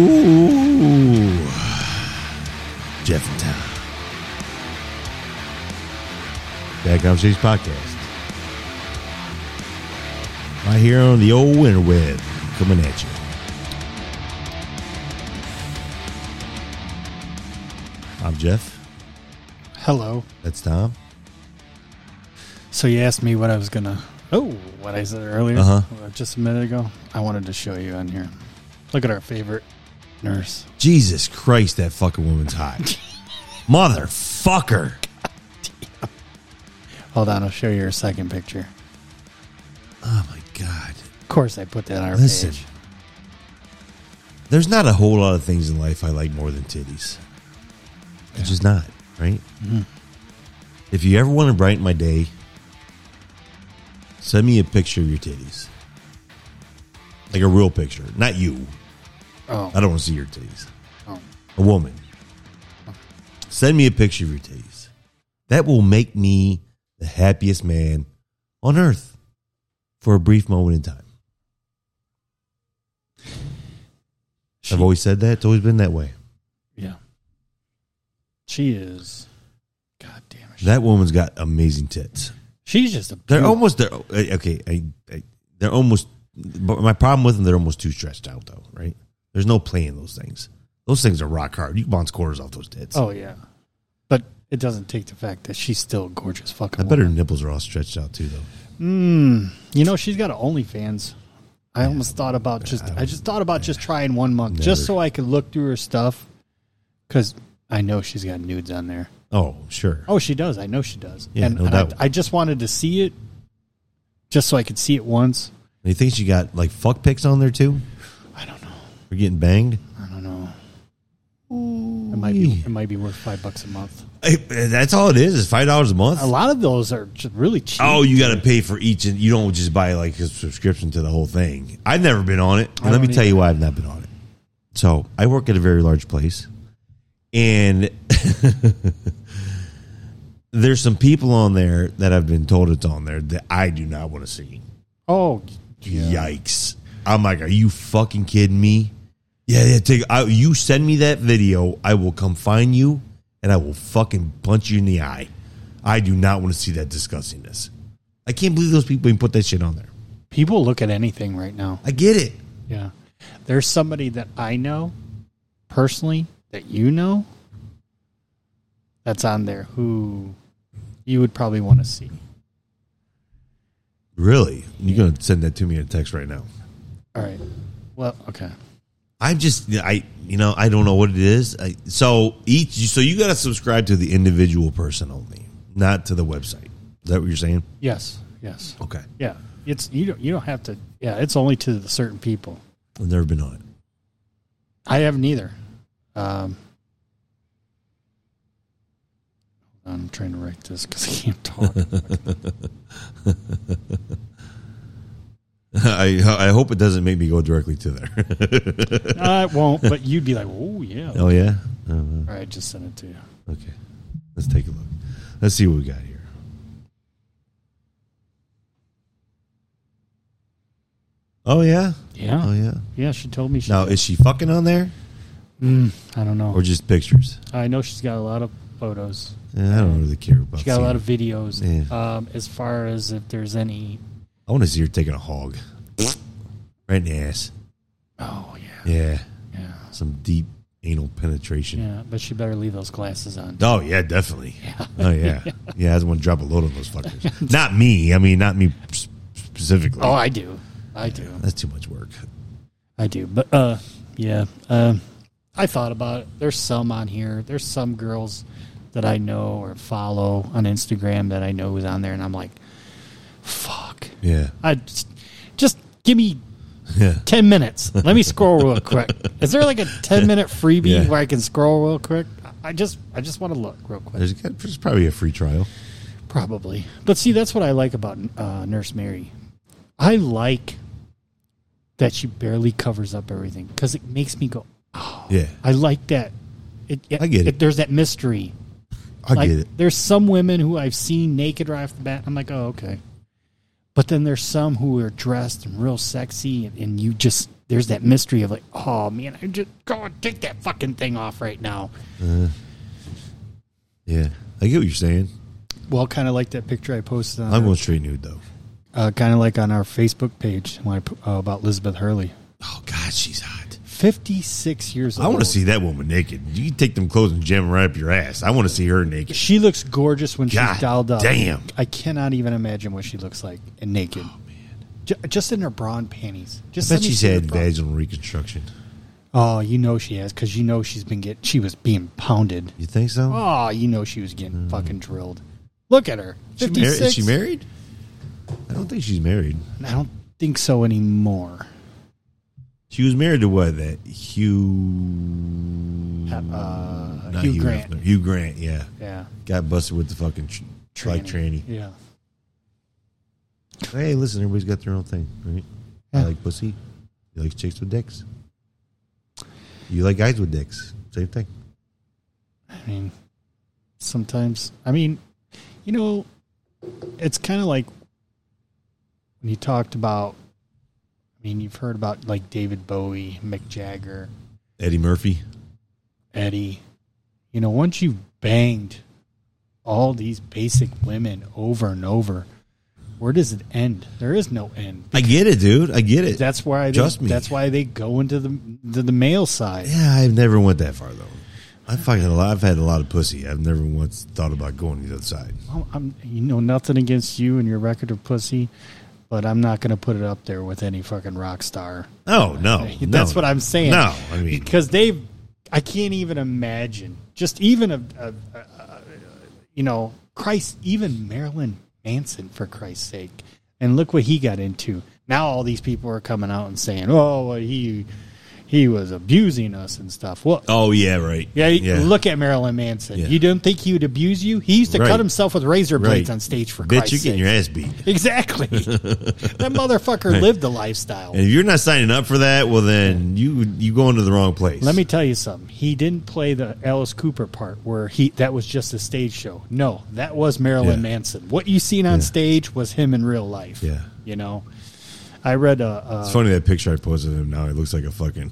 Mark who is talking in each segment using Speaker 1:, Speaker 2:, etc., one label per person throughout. Speaker 1: Ooh. Jeff and Tom. Bad Conversations Podcast. Right here on the old winter web coming at you. I'm Jeff.
Speaker 2: Hello.
Speaker 1: That's Tom.
Speaker 2: So you asked me what I was gonna. Oh, what I said earlier,
Speaker 1: Uh-huh.
Speaker 2: uh, just a minute ago. I wanted to show you on here. Look at our favorite nurse.
Speaker 1: Jesus Christ, that fucking woman's hot. Motherfucker.
Speaker 2: Hold on, I'll show you her second picture.
Speaker 1: Oh my God.
Speaker 2: Of course, I put that on our
Speaker 1: Listen.
Speaker 2: page.
Speaker 1: There's not a whole lot of things in life I like more than titties. It's just not, right?
Speaker 2: Mm-hmm.
Speaker 1: If you ever want to brighten my day, send me a picture of your titties. Like a real picture. Not you.
Speaker 2: Oh,
Speaker 1: I don't want to see your titties.
Speaker 2: oh,
Speaker 1: A woman. Send me a picture of your titties. That will make me the happiest man on earth for a brief moment in time.
Speaker 2: She-
Speaker 1: I've always said that. It's always been that way.
Speaker 2: yeah. She is. God damn it.
Speaker 1: That woman's got amazing tits.
Speaker 2: She's just a.
Speaker 1: They're
Speaker 2: beaut-
Speaker 1: almost they're uh, okay. I, I, they're almost. But my problem with them, they're almost too stretched out, though. Right? There's no playing those things. Those things are rock hard. You can bounce quarters off those tits.
Speaker 2: Oh yeah, but it doesn't take the fact that she's still a gorgeous. Fucking.
Speaker 1: I bet her nipples are all stretched out too, though. Hmm.
Speaker 2: Mm, you know, she's got a OnlyFans. I almost thought about just.
Speaker 1: I
Speaker 2: I, just thought about just trying one month,
Speaker 1: Never.
Speaker 2: just so I could look through her stuff, because I know she's got nudes on there.
Speaker 1: Oh, sure.
Speaker 2: Oh, she does. I know she does.
Speaker 1: Yeah,
Speaker 2: and
Speaker 1: no
Speaker 2: and
Speaker 1: doubt.
Speaker 2: I, I just wanted to see it, just so I could see it once.
Speaker 1: You think she got like fuck pics on there too?
Speaker 2: I don't know.
Speaker 1: We're getting banged.
Speaker 2: I don't know. It might be. It might be worth five bucks a month.
Speaker 1: Hey, that's all it is. Is five dollars a month.
Speaker 2: A lot of those are just really cheap.
Speaker 1: Oh, you got to pay for each, and you don't just buy like a subscription to the whole thing. I've never been on it, and
Speaker 2: I
Speaker 1: let me
Speaker 2: don't
Speaker 1: tell you why I've not been on it. So I work at a very large place, and there's some people on there that I've been told it's on there that I do not want to see.
Speaker 2: Oh,
Speaker 1: Yikes! I'm like, are you fucking kidding me? Yeah, yeah. Take I, you send me that video, I will come find you, and I will fucking punch you in the eye. I do not want to see that disgustingness. I can't believe those people even put that shit on there.
Speaker 2: people look at anything right now.
Speaker 1: I get it.
Speaker 2: Yeah. There's somebody that I know personally that you know that's on there who you would probably want to see.
Speaker 1: Really, you're gonna send that to me in a text right now.
Speaker 2: All right. Well, okay.
Speaker 1: I'm just I you know I don't know what it is. I, so each so you got to subscribe to the individual person only, not to the website. Is that what you're saying?
Speaker 2: Yes. Yes.
Speaker 1: Okay,
Speaker 2: Yeah. It's you don't you don't have to yeah, it's only to the certain people.
Speaker 1: I've never been on it.
Speaker 2: I haven't either. Um I'm trying to write this because I can't talk.
Speaker 1: I I hope it doesn't make me go directly to there.
Speaker 2: I won't, but you'd be like, oh, yeah. All
Speaker 1: oh yeah. Oh,
Speaker 2: right, just send it to you.
Speaker 1: okay. Let's take a look. Let's see what we got here. Oh yeah.
Speaker 2: Yeah.
Speaker 1: Oh yeah.
Speaker 2: Yeah, she told me she.
Speaker 1: Now is she fucking on there
Speaker 2: I don't know.
Speaker 1: or just pictures?
Speaker 2: I know she's got a lot of photos.
Speaker 1: Yeah, I don't really care about.
Speaker 2: She got a lot
Speaker 1: seeing-
Speaker 2: of videos.
Speaker 1: Yeah.
Speaker 2: Um, as far as if there's any,
Speaker 1: I want to see her taking a hog. Right in the ass.
Speaker 2: oh yeah,
Speaker 1: Yeah.
Speaker 2: yeah,
Speaker 1: Some deep anal penetration.
Speaker 2: yeah. But she better leave those glasses on.
Speaker 1: Oh yeah, definitely. Oh yeah, yeah. I just want to drop a load on those fuckers. not me. I mean, not me sp- specifically.
Speaker 2: Oh, I do, I do,
Speaker 1: That's too much work.
Speaker 2: I do. But uh, yeah, um, I thought about it. There's some on here. There's some girls that I know or follow on Instagram that I know is on there, and I'm like, fuck.
Speaker 1: Yeah,
Speaker 2: I just, just give me
Speaker 1: yeah.
Speaker 2: 10 minutes. Let me scroll real quick. Is there like a 10 minute freebie
Speaker 1: Yeah.
Speaker 2: where I can scroll real quick? I just I just want to look real quick.
Speaker 1: There's, got- there's probably a free trial.
Speaker 2: Probably. But see, that's what I like about uh, Nurse Mary. I like that she barely covers up everything because it makes me go,
Speaker 1: Yeah,
Speaker 2: I like that. It,
Speaker 1: I get it.
Speaker 2: There's that mystery.
Speaker 1: I
Speaker 2: like,
Speaker 1: get it.
Speaker 2: There's some women who I've seen naked right off the bat. I'm like, oh, okay. But then there's some who are dressed and real sexy, and, and you just
Speaker 3: there's that mystery of like, oh man, I just go and take that fucking thing off right now.
Speaker 1: Yeah, I get what you're saying.
Speaker 2: Well, kind of like that picture I posted on,
Speaker 1: I'm going straight nude though.
Speaker 2: uh, kind of like on our Facebook page when I, pu- uh, about Elizabeth Hurley,
Speaker 1: Oh God, she's hot.
Speaker 2: fifty-six years old.
Speaker 1: I want to see that woman naked. You take them clothes and jam them right up your ass. I want to see her naked.
Speaker 2: She looks gorgeous when
Speaker 1: God
Speaker 2: she's dialed up.
Speaker 1: damn.
Speaker 2: I cannot even imagine what she looks like and naked. Oh man, just in her bra and panties. Just
Speaker 1: I
Speaker 2: let
Speaker 1: bet
Speaker 2: me
Speaker 1: she's
Speaker 2: see her
Speaker 1: had
Speaker 2: bra.
Speaker 1: vaginal reconstruction.
Speaker 2: Oh, you know she has because you know she's been get. She was being pounded.
Speaker 1: You think so?
Speaker 2: Oh, you know she was getting fucking drilled. Look at her.
Speaker 1: She mar- Mm. is
Speaker 2: 56.
Speaker 1: she married? I don't think she's married.
Speaker 2: I don't think so anymore.
Speaker 1: She was married to what? That Hugh?
Speaker 2: Uh,
Speaker 1: Mm. Not
Speaker 2: Hugh, Grant.
Speaker 1: Hefner. Hugh Grant. Yeah,
Speaker 2: Yeah.
Speaker 1: got busted with the fucking tr- black tranny.
Speaker 2: Yeah.
Speaker 1: Hey, listen, everybody's got their own thing, right? I
Speaker 2: Yeah.
Speaker 1: like pussy. You like chicks with dicks. You like guys with dicks. Same thing.
Speaker 2: I mean, sometimes, I mean, you know, it's kind of like when you talked about, I mean, you've heard about like David Bowie, Mick Jagger,
Speaker 1: Eddie Murphy.
Speaker 2: Eddie. You know, once you've banged all these basic women over and over, where does it end? There is no end.
Speaker 1: I get it, dude. I get it.
Speaker 2: That's why they,
Speaker 1: Trust me.
Speaker 2: That's why they go into the the, the male side.
Speaker 1: yeah, I've never went that far though. I fucking a lot, I've had a lot of pussy. I've never once thought about going to the other side.
Speaker 2: I'm, I'm, you know, nothing against you and your record of pussy, but I'm not going to put it up there with any fucking rock star.
Speaker 1: Oh no, no.
Speaker 2: That's what I'm saying.
Speaker 1: No, I mean
Speaker 2: because they, I can't even imagine. Just even a, a, a, a- you know, Christ, even Marilyn Manson for Christ's sake, and look what he got into. Now all these people are coming out and saying, "Oh, well, he, he was abusing us and stuff." Well,
Speaker 1: Oh yeah, right.
Speaker 2: Yeah, look at Marilyn Manson.
Speaker 1: Yeah.
Speaker 2: You didn't think he would abuse you? He used to
Speaker 1: Right.
Speaker 2: cut himself with razor blades
Speaker 1: Right.
Speaker 2: on stage for
Speaker 1: Bitch,
Speaker 2: Christ's
Speaker 1: you're getting
Speaker 2: sake.
Speaker 1: your ass beat.
Speaker 2: exactly. that motherfucker lived the lifestyle.
Speaker 1: And if you're not signing up for that, well then you you going to the wrong place.
Speaker 2: Let me tell you something. He didn't play the Alice Cooper part where he that was just a stage show. No, that was Marilyn
Speaker 1: Yeah.
Speaker 2: Manson. What you seen on
Speaker 1: Yeah.
Speaker 2: stage was him in real life.
Speaker 1: Yeah.
Speaker 2: you know. I read a, a
Speaker 1: It's funny that picture I posted of him now. He looks like a fucking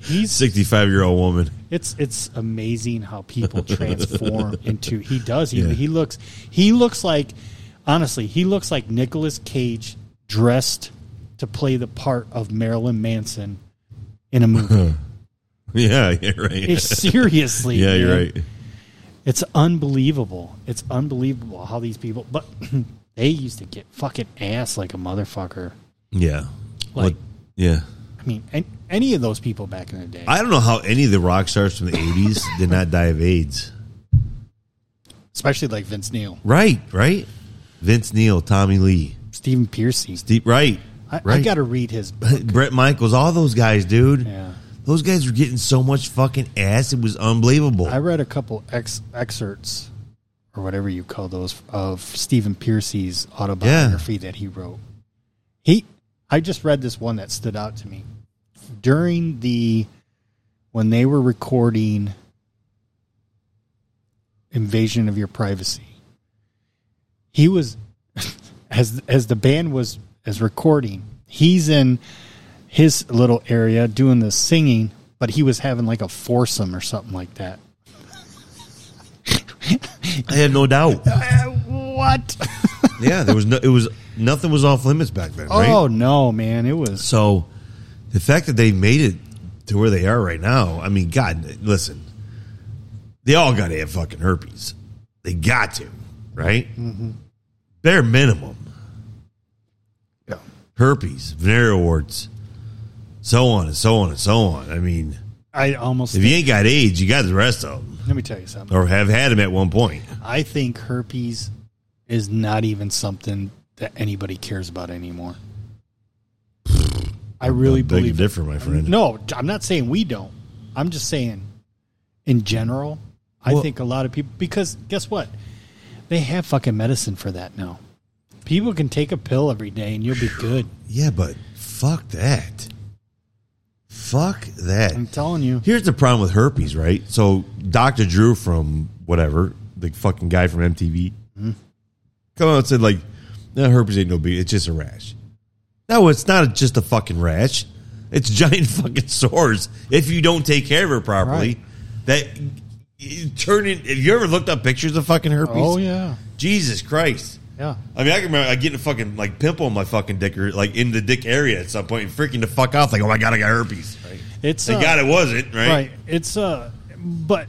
Speaker 2: he's
Speaker 1: 65 year old woman.
Speaker 2: It's it's amazing how people transform into he does he
Speaker 1: Yeah.
Speaker 2: he looks he looks like honestly he looks like Nicolas Cage dressed to play the part of Marilyn Manson in a movie.
Speaker 1: Yeah, yeah, right.
Speaker 2: It's seriously,
Speaker 1: yeah, you're
Speaker 2: man.
Speaker 1: right.
Speaker 2: It's unbelievable. It's unbelievable how these people, but they used to get fucking ass like a motherfucker.
Speaker 1: Yeah.
Speaker 2: Like-
Speaker 1: yeah.
Speaker 2: I mean, an any of those people back in the day.
Speaker 1: I don't know how any of the rock stars from the 80s did not die of AIDS.
Speaker 2: especially like Vince Neil,
Speaker 1: Right, right? Vince Neil, Tommy Lee,
Speaker 2: Stephen Piercy.
Speaker 1: Steve, right.
Speaker 2: I,
Speaker 1: right.
Speaker 2: I got to read his.
Speaker 1: Brett Michaels, all those guys, dude.
Speaker 2: Yeah.
Speaker 1: Those guys were getting so much fucking ass. It was unbelievable.
Speaker 2: I read a couple ex- excerpts or whatever you call those of Stephen Piercy's autobiography that he wrote. He I just read this one that stood out to me. During the when they were recording Invasion of Your Privacy. He was as as the band was as recording, he's in his little area doing the singing, but he was having like a foursome or something like that.
Speaker 1: I have no doubt.
Speaker 2: what?
Speaker 1: yeah, there was no, it was, nothing was off limits back then, right?
Speaker 2: Oh no, man! It was
Speaker 1: So the fact that they made it to where they are right now, I mean, God, listen, they all got to have fucking herpes. They got to, right?
Speaker 2: Mm-hmm.
Speaker 1: Bare minimum.
Speaker 2: Yeah.
Speaker 1: Herpes, venereal warts, so on and so on and so on. I mean,
Speaker 2: I almost.
Speaker 1: if you ain't got AIDS, you got the rest of them,
Speaker 2: let me tell you something.
Speaker 1: or have had them at one point.
Speaker 2: I think herpes is not even something that anybody cares about anymore. I
Speaker 1: Big
Speaker 2: really
Speaker 1: and
Speaker 2: believe. it.
Speaker 1: different, my friend.
Speaker 2: No, I'm not saying we don't. I'm just saying, in general, I
Speaker 1: Well-
Speaker 2: think a lot of people because guess what? They have fucking medicine for that now. People can take a pill every day and you'll be good.
Speaker 1: Yeah, but fuck that. Fuck that.
Speaker 2: I'm telling you.
Speaker 1: Here's the problem with herpes, right? So Dr. Drew from whatever, the fucking guy from MTV,
Speaker 2: Mm-hmm.
Speaker 1: come out and said, like, no, herpes ain't no big, it's just a rash. No, it's not just a fucking rash. It's giant fucking sores if you don't take care of it properly.
Speaker 2: Right.
Speaker 1: That you turn in. Have you ever looked up pictures of fucking herpes?
Speaker 2: Oh yeah,
Speaker 1: Jesus Christ.
Speaker 2: yeah.
Speaker 1: I mean, I can remember I getting a fucking like pimple on my fucking dick or like in the dick area at some point, and freaking the fuck off, like, oh my god, I got herpes. Right?
Speaker 2: It's
Speaker 1: Thank
Speaker 2: uh,
Speaker 1: God it wasn't, right?
Speaker 2: right. It's uh, but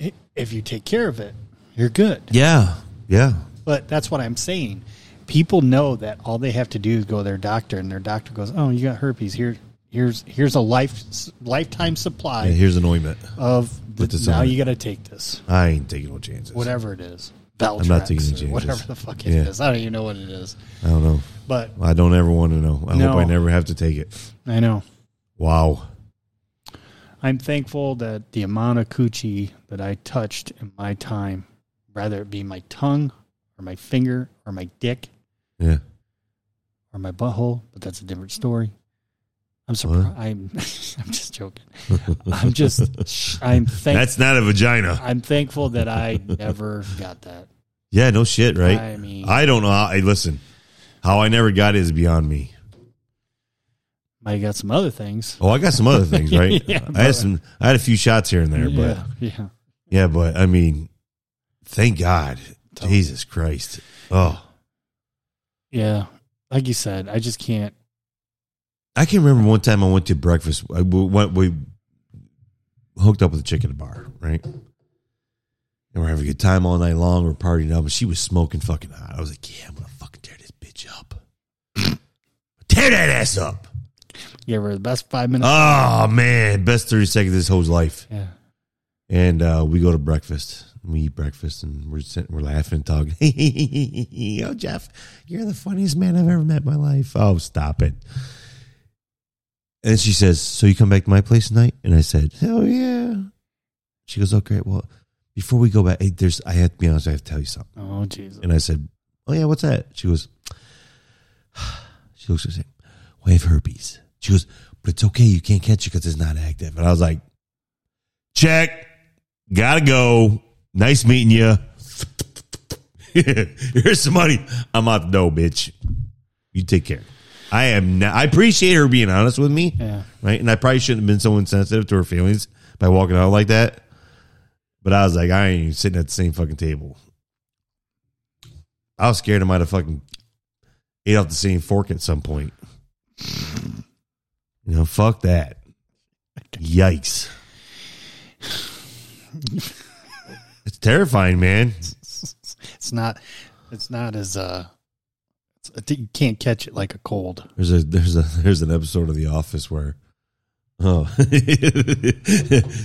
Speaker 2: i- if you take care of it, you're good.
Speaker 1: Yeah, yeah,
Speaker 2: But that's what I'm saying. People know that all they have to do is go to their doctor, and their doctor goes, "Oh, you got herpes. Here, here's here's a life lifetime supply
Speaker 1: yeah. Here's an ointment.
Speaker 2: of the,
Speaker 1: Put this
Speaker 2: now.
Speaker 1: on it.
Speaker 2: You got to take this,
Speaker 1: I ain't taking no chances.
Speaker 2: whatever it is. Valtrex
Speaker 1: not taking
Speaker 2: or
Speaker 1: any chances.
Speaker 2: whatever the fuck it is.
Speaker 1: Yeah.
Speaker 2: I don't even know what it is.
Speaker 1: I don't know.
Speaker 2: But
Speaker 1: I don't ever want to know. I
Speaker 2: No.
Speaker 1: hope I never have to take it.
Speaker 2: I know
Speaker 1: Wow.
Speaker 2: I'm thankful that the amount of coochie that I touched in my time, rather it be my tongue or my finger or my dick
Speaker 1: Yeah.
Speaker 2: or my butthole, but that's a different story. I'm surprised. I'm, I'm just joking. I'm just. I'm thank.
Speaker 1: That's not a vagina.
Speaker 2: I'm thankful that I never got that.
Speaker 1: Yeah, no shit, right?
Speaker 2: I mean,
Speaker 1: I don't know. How, I listen. How I never got it is beyond me.
Speaker 2: I got some other things.
Speaker 1: Oh, I got some other things, right?
Speaker 2: Yeah,
Speaker 1: I
Speaker 2: but-
Speaker 1: had some. I had a few shots here and there, but
Speaker 2: yeah, yeah.
Speaker 1: yeah, but I mean, thank God,
Speaker 2: Totally.
Speaker 1: Jesus Christ. Oh,
Speaker 2: Yeah. Like you said, I just can't.
Speaker 1: I can remember one time I went to breakfast. I, we, went, we hooked up with a chick at a bar, right? And we're having a good time all night long. We're partying up, and she was smoking fucking hot. I was like, "Yeah, I'm gonna fucking tear this bitch up, tear that ass up."
Speaker 2: Give her the best five minutes.
Speaker 1: Oh man, best thirty seconds of this whole life.
Speaker 2: yeah.
Speaker 1: And uh, we go to breakfast. We eat breakfast, and we're sitting, we're laughing and talking. oh, Jeff, you're the funniest man I've ever met in my life. Oh, stop it. And she says, "So you come back to my place tonight?" And I said, "Hell yeah." She goes, "Oh great. Well, before we go back, hey, there's I have to be honest. I have to tell you something."
Speaker 2: Oh Jesus.
Speaker 1: And I said, "Oh yeah, what's that?" She goes, "She looks at me. Well, I have herpes." She goes, "But it's okay. You can't catch it because it's not active." And I was like, "Check. Gotta go. Nice meeting you. Here's some money. I'm out the door, bitch. You take care." I am. Not, I appreciate her being honest with me,
Speaker 2: Yeah.
Speaker 1: right? And I probably shouldn't have been so insensitive to her feelings by walking out like that. But I was like, I ain't even sitting at the same fucking table. I was scared I might have fucking ate off the same fork at some point. You know, fuck that. Yikes. it's terrifying, man.
Speaker 2: It's not. It's not as uh. It's, I think you can't catch it like a cold.
Speaker 1: There's a there's a there's an episode of The Office where oh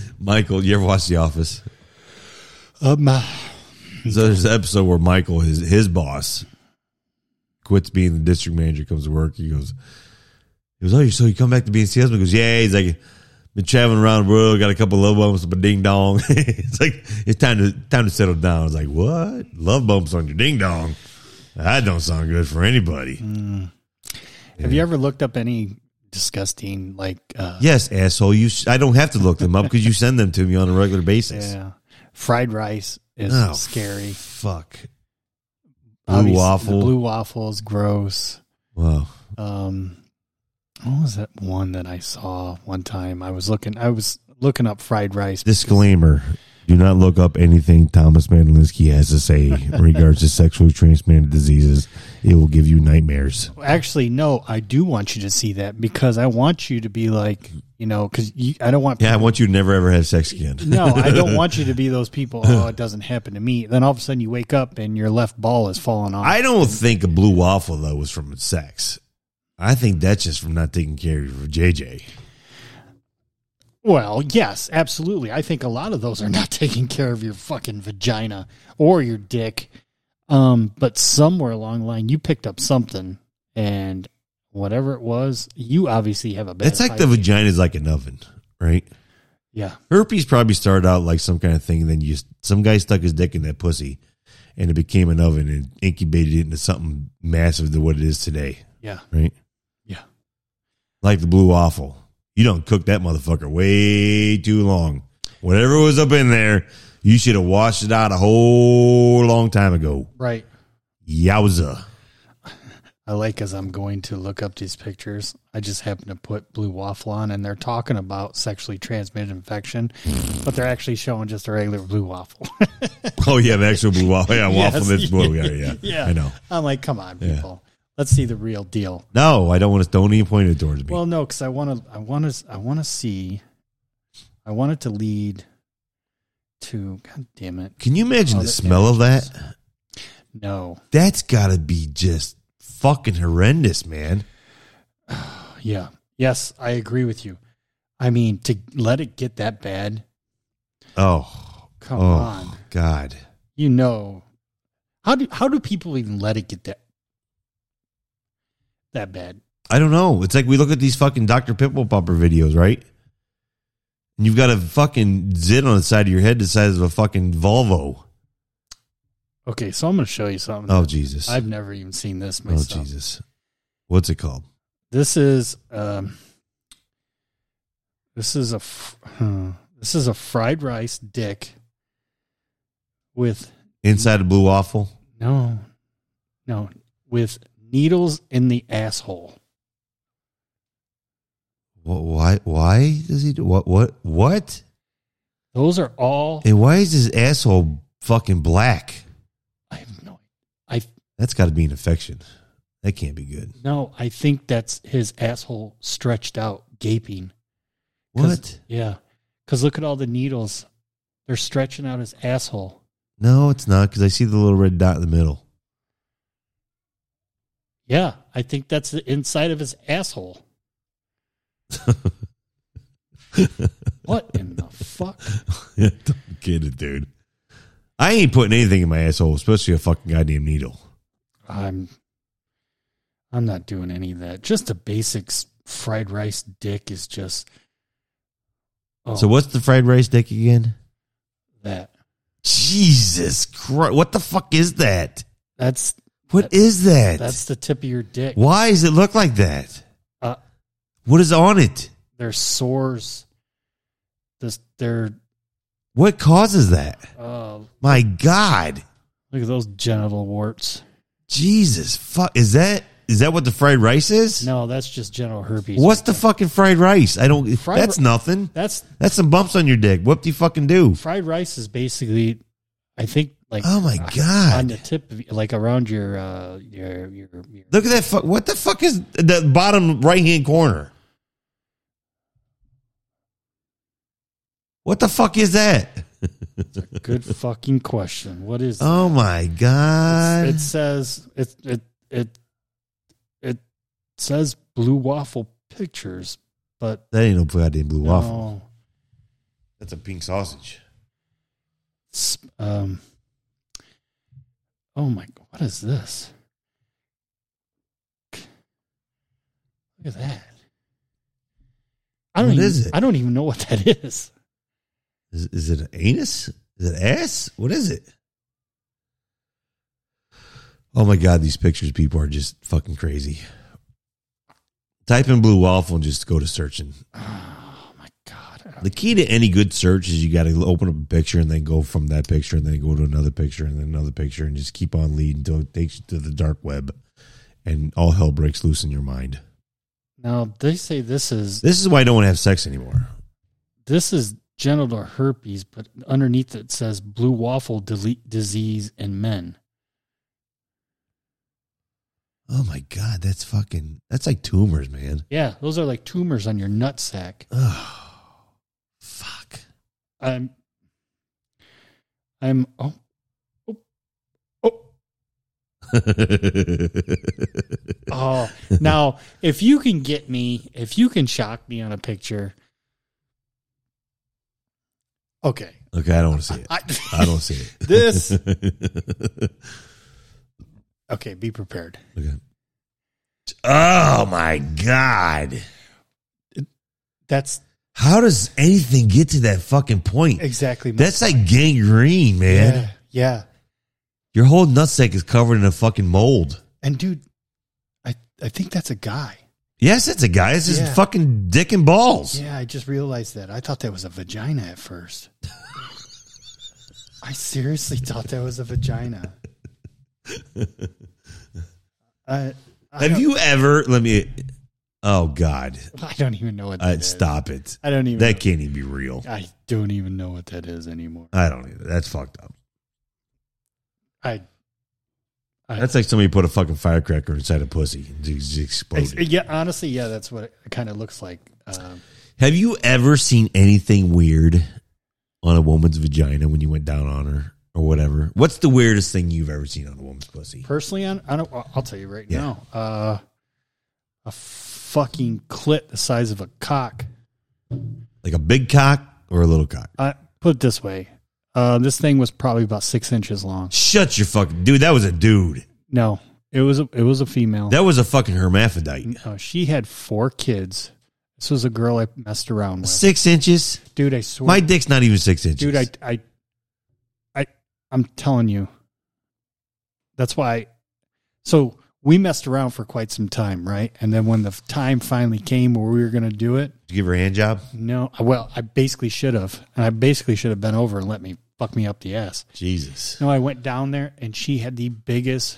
Speaker 1: Michael, you ever watch The Office?
Speaker 2: Um,
Speaker 1: So there's an episode where Michael, his his boss, quits being the district manager, comes to work. He goes, he goes, oh, you so you come back to being salesman? He goes, yeah. He's like, been traveling around the world, got a couple love bumps, but ding dong. it's like it's time to time to settle down. It's like what love bumps on your ding dong? That don't sound good for anybody.
Speaker 2: Mm. Have you ever looked up any disgusting like? uh
Speaker 1: Yes, asshole. You, sh- I don't have to look them up because you send them to me on a regular basis.
Speaker 2: Yeah. Fried rice is
Speaker 1: Oh,
Speaker 2: scary.
Speaker 1: Fuck. Blue
Speaker 2: Obviously,
Speaker 1: waffle.
Speaker 2: The blue waffle is gross.
Speaker 1: Wow.
Speaker 2: Um, what was that one that I saw one time? I was looking. I was looking up fried rice.
Speaker 1: Disclaimer. Do not look up anything Thomas Mandelinsky has to say in regards to sexually transmitted diseases. It will give you nightmares.
Speaker 2: Actually, no. I do want you to see that because I want you to be like, you know, because I don't want.
Speaker 1: Yeah, I want you to never ever have sex again.
Speaker 2: No, I don't want you to be those people. Oh, it doesn't happen to me. Then all of a sudden you wake up and your left ball is falling off.
Speaker 1: I don't think a blue waffle though was from sex. I think that's just from not taking care of JJ.
Speaker 2: well, yes, absolutely. I think a lot of those are not taking care of your fucking vagina or your dick. Um, but somewhere along the line you picked up something and whatever it was, you obviously have a bad
Speaker 1: It's like the
Speaker 2: hygiene.
Speaker 1: vagina is like an oven, right?
Speaker 2: Yeah.
Speaker 1: Herpes probably started out like some kind of thing. Then you, some guy stuck his dick in that pussy, and it became an oven and incubated it into something massive to what it is today,
Speaker 2: Yeah.
Speaker 1: right?
Speaker 2: Yeah.
Speaker 1: like the blue waffle. You don't cook that motherfucker way too long. Whatever was up in there, you should have washed it out a whole long time ago.
Speaker 2: Right.
Speaker 1: Yowza.
Speaker 2: I like as I'm going to look up these pictures, I just happen to put blue waffle on and they're talking about sexually transmitted infection, but they're actually showing just a regular blue waffle.
Speaker 1: Oh yeah, the actual blue waffle. Yeah,
Speaker 2: Yes.
Speaker 1: waffle that's blue. Yeah, yeah,
Speaker 2: Yeah.
Speaker 1: I know.
Speaker 2: I'm like, come on,
Speaker 1: Yeah.
Speaker 2: people. Let's see the real deal.
Speaker 1: No, I don't want to. Don't even point it towards me.
Speaker 2: Well, no, because I want to. I want to. I want to see. I want it to lead to. God damn it!
Speaker 1: Can you imagine
Speaker 2: Oh,
Speaker 1: the
Speaker 2: that-
Speaker 1: smell of that?
Speaker 2: No.
Speaker 1: That's got to be just fucking horrendous, man.
Speaker 2: Yeah. Yes, I agree with you. I mean, to let it get that bad.
Speaker 1: Oh,
Speaker 2: Come
Speaker 1: oh,
Speaker 2: on.
Speaker 1: God.
Speaker 2: You know. How do how do people even let it get that that bad?
Speaker 1: I don't know. It's like we look at these fucking Dr. Pimple Popper videos, right? And you've got a fucking zit on the side of your head the size of a fucking Volvo.
Speaker 2: Okay, so I'm going to show you something.
Speaker 1: Oh Jesus.
Speaker 2: I've never even seen this
Speaker 1: oh
Speaker 2: myself.
Speaker 1: Jesus. What's it called?
Speaker 2: this is um, this is a f- huh, this is a fried rice dick with
Speaker 1: Inside a blue waffle.
Speaker 2: no no with needles in the asshole
Speaker 1: What, why? Why does he do what? What? What?
Speaker 2: those are all
Speaker 1: And why is his asshole fucking black?
Speaker 2: i have no i
Speaker 1: That's got to be an infection. That can't be good.
Speaker 2: no i think that's his asshole stretched out gaping 'Cause-
Speaker 1: What?
Speaker 2: yeah because look at all the needles they're stretching out his asshole
Speaker 1: No, it's not because I see the little red dot in the middle.
Speaker 2: Yeah, I think that's the inside of his asshole. what in the fuck?
Speaker 1: Don't get it, dude. I ain't putting anything in my asshole, especially a fucking goddamn needle.
Speaker 2: I'm I'm not doing any of that. Just a basic s- fried rice dick is just oh,
Speaker 1: So what's the fried rice dick again?
Speaker 2: that.
Speaker 1: Jesus Christ! What the fuck is that?
Speaker 2: That's
Speaker 1: What is that?
Speaker 2: that's the tip of your dick.
Speaker 1: why does it look like that?
Speaker 2: Uh,
Speaker 1: What is on it?
Speaker 2: there's sores. This they're
Speaker 1: What causes that?
Speaker 2: uh
Speaker 1: My God,
Speaker 2: look at those genital warts.
Speaker 1: Jesus fuck! Is that is that what the fried rice is?
Speaker 2: No, that's just genital herpes.
Speaker 1: What's the fucking fried rice? I don't.
Speaker 2: Fried
Speaker 1: that's
Speaker 2: ri-
Speaker 1: nothing.
Speaker 2: That's
Speaker 1: That's some bumps on your dick. What do you fucking do?
Speaker 2: fried rice is basically I think like
Speaker 1: Oh my
Speaker 2: on
Speaker 1: god!
Speaker 2: the tip of like around your uh your your, your
Speaker 1: Look at that! Fu- what the fuck is the bottom right hand corner? What the fuck is that?
Speaker 2: good fucking question. What is
Speaker 1: Oh my god!
Speaker 2: it says it it it it says blue waffle pictures, but
Speaker 1: that ain't no goddamn blue waffle.
Speaker 2: no,
Speaker 1: That's a pink sausage.
Speaker 2: s- um Oh my what is this? Look at that. I don't
Speaker 1: What
Speaker 2: even,
Speaker 1: is it?
Speaker 2: I don't even know what that is.
Speaker 1: Is, is it an anus? Is it ass? What is it? Oh my god, these pictures, people are just fucking crazy. Type in blue waffle and just go to searching.
Speaker 2: Oh my god.
Speaker 1: The key to any good search is you got to open up a picture and then go from that picture and then go to another picture and then another picture and just keep on leading until it takes you to the dark web and all hell breaks loose in your mind.
Speaker 2: Now they say this is
Speaker 1: This is why I don't want to have sex anymore.
Speaker 2: this is genital herpes, but underneath it says blue waffle delete disease in men.
Speaker 1: Oh my god, that's fucking that's like tumors, man.
Speaker 2: Yeah, those are like tumors on your nutsack.
Speaker 1: Oh, fuck.
Speaker 2: I'm, I'm, oh, oh, oh, oh. now if you can get me, if you can shock me on a picture, okay.
Speaker 1: okay, I don't want to see it.
Speaker 2: I,
Speaker 1: I don't see it.
Speaker 2: This- okay, be prepared.
Speaker 1: okay. Oh my god!
Speaker 2: That's
Speaker 1: How does anything get to that fucking point?
Speaker 2: exactly my
Speaker 1: That's like gangrene, man.
Speaker 2: yeah, yeah.
Speaker 1: Your whole nutsack is covered in a fucking mold.
Speaker 2: And dude, I I think that's a guy.
Speaker 1: Yes, it's a guy. It's just
Speaker 2: Yeah.
Speaker 1: fucking dick and balls.
Speaker 2: Yeah, I just realized that. I thought that was a vagina at first. I seriously thought that was a vagina. I
Speaker 1: Have you ever? Let me. Oh God!
Speaker 2: I don't even know what
Speaker 1: Uh,
Speaker 2: that is.
Speaker 1: stop it.
Speaker 2: I don't even.
Speaker 1: That can't even be real.
Speaker 2: I don't even know what that is anymore.
Speaker 1: I don't. Either. That's fucked up.
Speaker 2: I. I
Speaker 1: That's like somebody put a fucking firecracker inside a pussy and it just
Speaker 2: Ex-
Speaker 1: exploded.
Speaker 2: yeah, honestly, yeah, that's what it kind of looks like. Um,
Speaker 1: Have you ever seen anything weird on a woman's vagina when you went down on her or whatever? What's the weirdest thing you've ever seen on a woman's pussy?
Speaker 2: personally, on, I don't, I'll tell you right
Speaker 1: Yeah.
Speaker 2: now, uh, a fucking clit the size of a cock.
Speaker 1: Like a big cock or a little cock?
Speaker 2: I put it this way, uh, this thing was probably about six inches long.
Speaker 1: Shut your fucking dude. That was a dude.
Speaker 2: No, it was a, it was a female.
Speaker 1: That was a fucking hermaphrodite.
Speaker 2: No, she had four kids. This was a girl I messed around with,
Speaker 1: Six inches.
Speaker 2: dude. I swear,
Speaker 1: My dick's not even six inches.
Speaker 2: dude. I, I, I, I'm telling you. That's why. So we messed around for quite some time, right? And then when the time finally came where we were going to do it,
Speaker 1: Did you give her a hand job.
Speaker 2: no, well, I basically should have, and I basically should have been over and let me fuck me up the ass.
Speaker 1: Jesus.
Speaker 2: No, I went down there, and she had the biggest.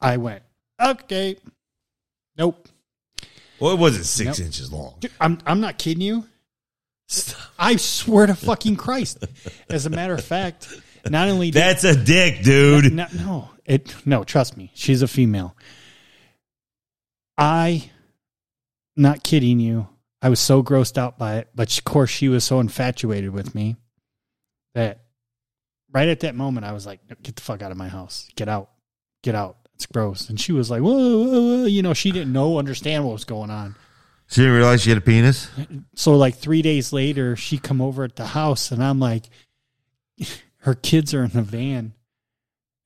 Speaker 2: I went okay. Nope.
Speaker 1: Well, it wasn't six
Speaker 2: Nope.
Speaker 1: inches long.
Speaker 2: Dude, I'm I'm not kidding you.
Speaker 1: Stop.
Speaker 2: I swear to fucking Christ. As a matter of fact, not only did
Speaker 1: That's a dick, dude.
Speaker 2: no, no, it no, trust me, she's a female. I, not kidding you, I was so grossed out by it, but of course she was so infatuated with me that right at that moment I was like, "No, "Get the fuck out of my house! Get out! Get out!" It's gross. And she was like, "Whoa, whoa, whoa," you know, she didn't know understand what was going on.
Speaker 1: She didn't realize she had a penis.
Speaker 2: so like three days later she come over at the house and i'm like her kids are in the van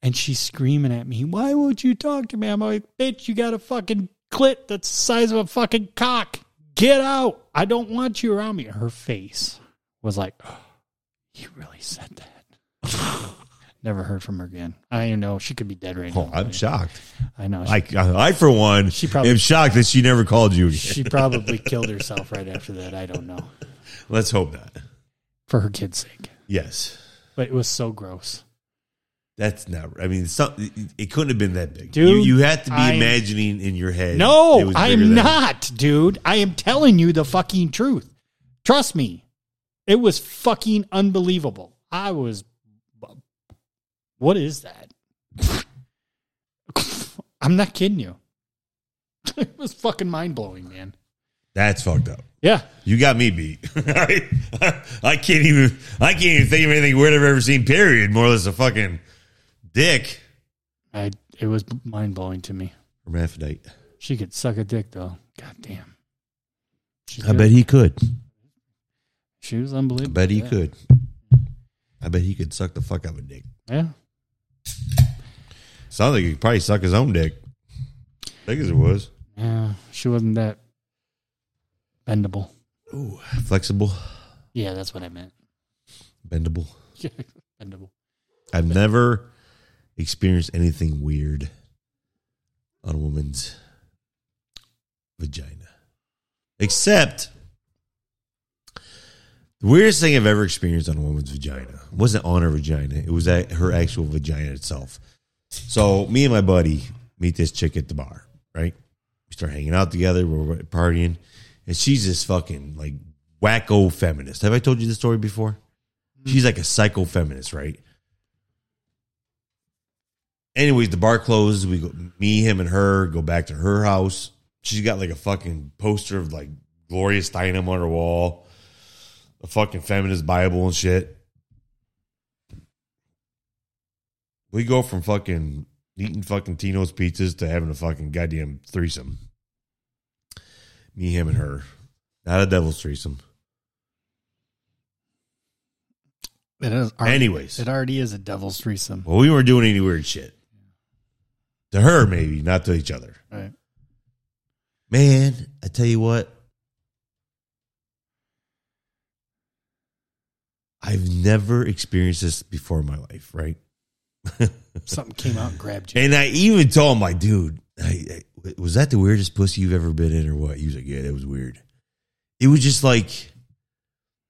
Speaker 2: and she's screaming at me why won't you talk to me i'm like bitch you got a fucking clit that's the size of a fucking cock get out i don't want you around me her face was like oh, you really said that never heard from her again i don't even know she could be dead right
Speaker 1: Oh,
Speaker 2: now
Speaker 1: I'm shocked.
Speaker 2: i know
Speaker 1: I, I, for one,
Speaker 2: She probably-
Speaker 1: am shocked that she never called you. again.
Speaker 2: she probably killed herself right after that i don't know
Speaker 1: Let's hope not.
Speaker 2: for her kids sake
Speaker 1: Yes,
Speaker 2: but it was so gross
Speaker 1: that's not. I mean, some, it couldn't have been that big,
Speaker 2: Dude,
Speaker 1: You, you have to be
Speaker 2: I'm-
Speaker 1: imagining in your head. it
Speaker 2: No,
Speaker 1: was bigger
Speaker 2: I'm
Speaker 1: than-
Speaker 2: not, dude. I am telling you the fucking truth. Trust me. It was fucking unbelievable. I was. What is that? I'm not kidding you. It was fucking mind blowing, man.
Speaker 1: That's fucked up.
Speaker 2: Yeah.
Speaker 1: You got me beat. I, can't even. I can't even think of anything weird I've ever seen. Period. More or less a fucking dick.
Speaker 2: I, it was mind blowing to me.
Speaker 1: Hermaphrodite.
Speaker 2: She could suck a dick, though. God damn. She
Speaker 1: I
Speaker 2: could.
Speaker 1: bet he could.
Speaker 2: She was
Speaker 1: I
Speaker 2: unbelievable.
Speaker 1: bet he
Speaker 2: Yeah.
Speaker 1: could. I bet he could suck the fuck out of a dick.
Speaker 2: Yeah.
Speaker 1: Sounds like he could probably suck his own dick. Big as it was.
Speaker 2: Yeah. She wasn't that bendable.
Speaker 1: Ooh, flexible,
Speaker 2: Yeah, that's what I meant.
Speaker 1: bendable.
Speaker 2: Bendable.
Speaker 1: I've never experienced anything weird on a woman's vagina. Except the weirdest thing I've ever experienced on a woman's vagina wasn't on her vagina, it was at her actual vagina itself. So, me and my buddy meet this chick at the bar, right? We start hanging out together, we're partying, and she's this fucking like wacko feminist. Have I told you this story before? She's like a psycho feminist, right? anyways, the bar closed. We go, me, him, and her go back to her house. She's got like a fucking poster of like Gloria Steinem on her wall, a fucking feminist Bible and shit. We go from fucking eating fucking Tino's pizzas to having a fucking goddamn threesome. Me, him, and her. Not a devil's threesome.
Speaker 2: It is already,
Speaker 1: Anyways.
Speaker 2: It already is a devil's threesome.
Speaker 1: Well, we weren't doing any weird shit. To her, maybe, not to each other.
Speaker 2: Right.
Speaker 1: Man, I tell you what. I've never experienced this before in my life, right?
Speaker 2: Something came out and grabbed you.
Speaker 1: And I even told my dude, I, I, was that the weirdest pussy you've ever been in or what? He was like, yeah, that was weird. It was just like,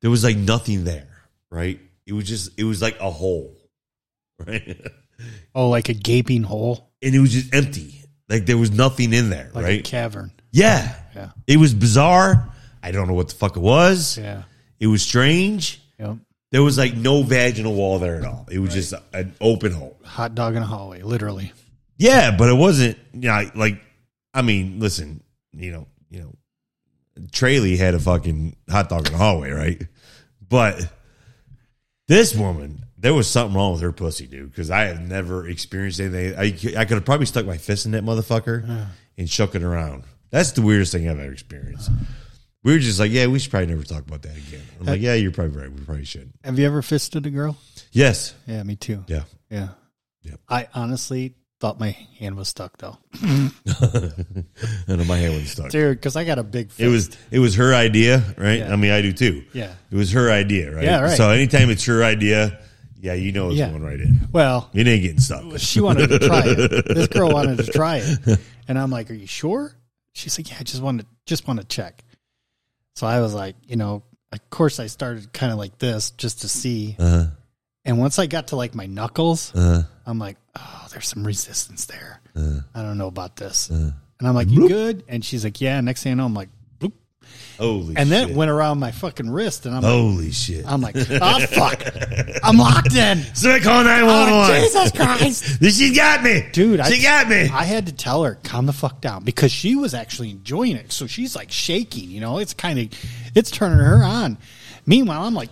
Speaker 1: there was like nothing there, right? It was just, it was like a hole, right?
Speaker 2: Oh, like a gaping hole.
Speaker 1: and it was just empty. Like there was nothing in there,
Speaker 2: like a
Speaker 1: right?
Speaker 2: cavern.
Speaker 1: yeah.
Speaker 2: Yeah.
Speaker 1: It was bizarre. I don't know what the fuck it was.
Speaker 2: Yeah.
Speaker 1: It was strange.
Speaker 2: Yep.
Speaker 1: There was like no vaginal wall there at all. It was just an open hole.
Speaker 2: Hot dog in a hallway, literally.
Speaker 1: Yeah, but it wasn't. Yeah, like I mean, listen, you know, you know, Traley had a fucking hot dog in the hallway, right? But this woman, there was something wrong with her pussy, dude. Because I have never experienced anything. I I could have probably stuck my fist in that motherfucker and shook it around. That's the weirdest thing I've ever experienced. We were just like, yeah, we should probably never talk about that again. I'm like, yeah, you're probably right. We probably shouldn't.
Speaker 2: Have you ever fisted a girl?
Speaker 1: Yes.
Speaker 2: Yeah, me too.
Speaker 1: Yeah.
Speaker 2: Yeah.
Speaker 1: Yep.
Speaker 2: I honestly thought my hand was stuck though.
Speaker 1: and my hand was stuck.
Speaker 2: Dude, because I got a big fist.
Speaker 1: It was it was her idea, right?
Speaker 2: Yeah.
Speaker 1: I mean, I do too.
Speaker 2: Yeah.
Speaker 1: It was her idea, right?
Speaker 2: Yeah, right.
Speaker 1: So anytime it's your idea, yeah, you know it's
Speaker 2: Yeah.
Speaker 1: going right in.
Speaker 2: Well,
Speaker 1: It ain't getting stuck.
Speaker 2: she wanted to try it. This girl wanted to try it, and I'm like, "Are you sure?" She's like, "Yeah, I just wanted to just want to check." So I was like, you know, of course I started kind of like this just to see,
Speaker 1: Uh-huh.
Speaker 2: and once I got to like my knuckles,
Speaker 1: Uh,
Speaker 2: I'm like, "Oh, there's some resistance there.
Speaker 1: uh,
Speaker 2: I don't know about this."
Speaker 1: uh.
Speaker 2: And I'm like, "You good?" And she's like, "Yeah." Next thing I know, I'm like, "Bloop,"
Speaker 1: Holy
Speaker 2: and
Speaker 1: shit.
Speaker 2: then
Speaker 1: Oh.
Speaker 2: it went around my fucking wrist, and I'm like,
Speaker 1: Holy shit.
Speaker 2: I'm like, "Oh fuck, I'm locked in."
Speaker 1: so I call
Speaker 2: Oh,
Speaker 1: 911.
Speaker 2: Jesus Christ.
Speaker 1: This she got me.
Speaker 2: Dude, I-
Speaker 1: She got me.
Speaker 2: I had to tell her, calm the fuck down, because she was actually enjoying it. So she's like shaking, you know, it's kind of, it's turning her on. Meanwhile, I'm like,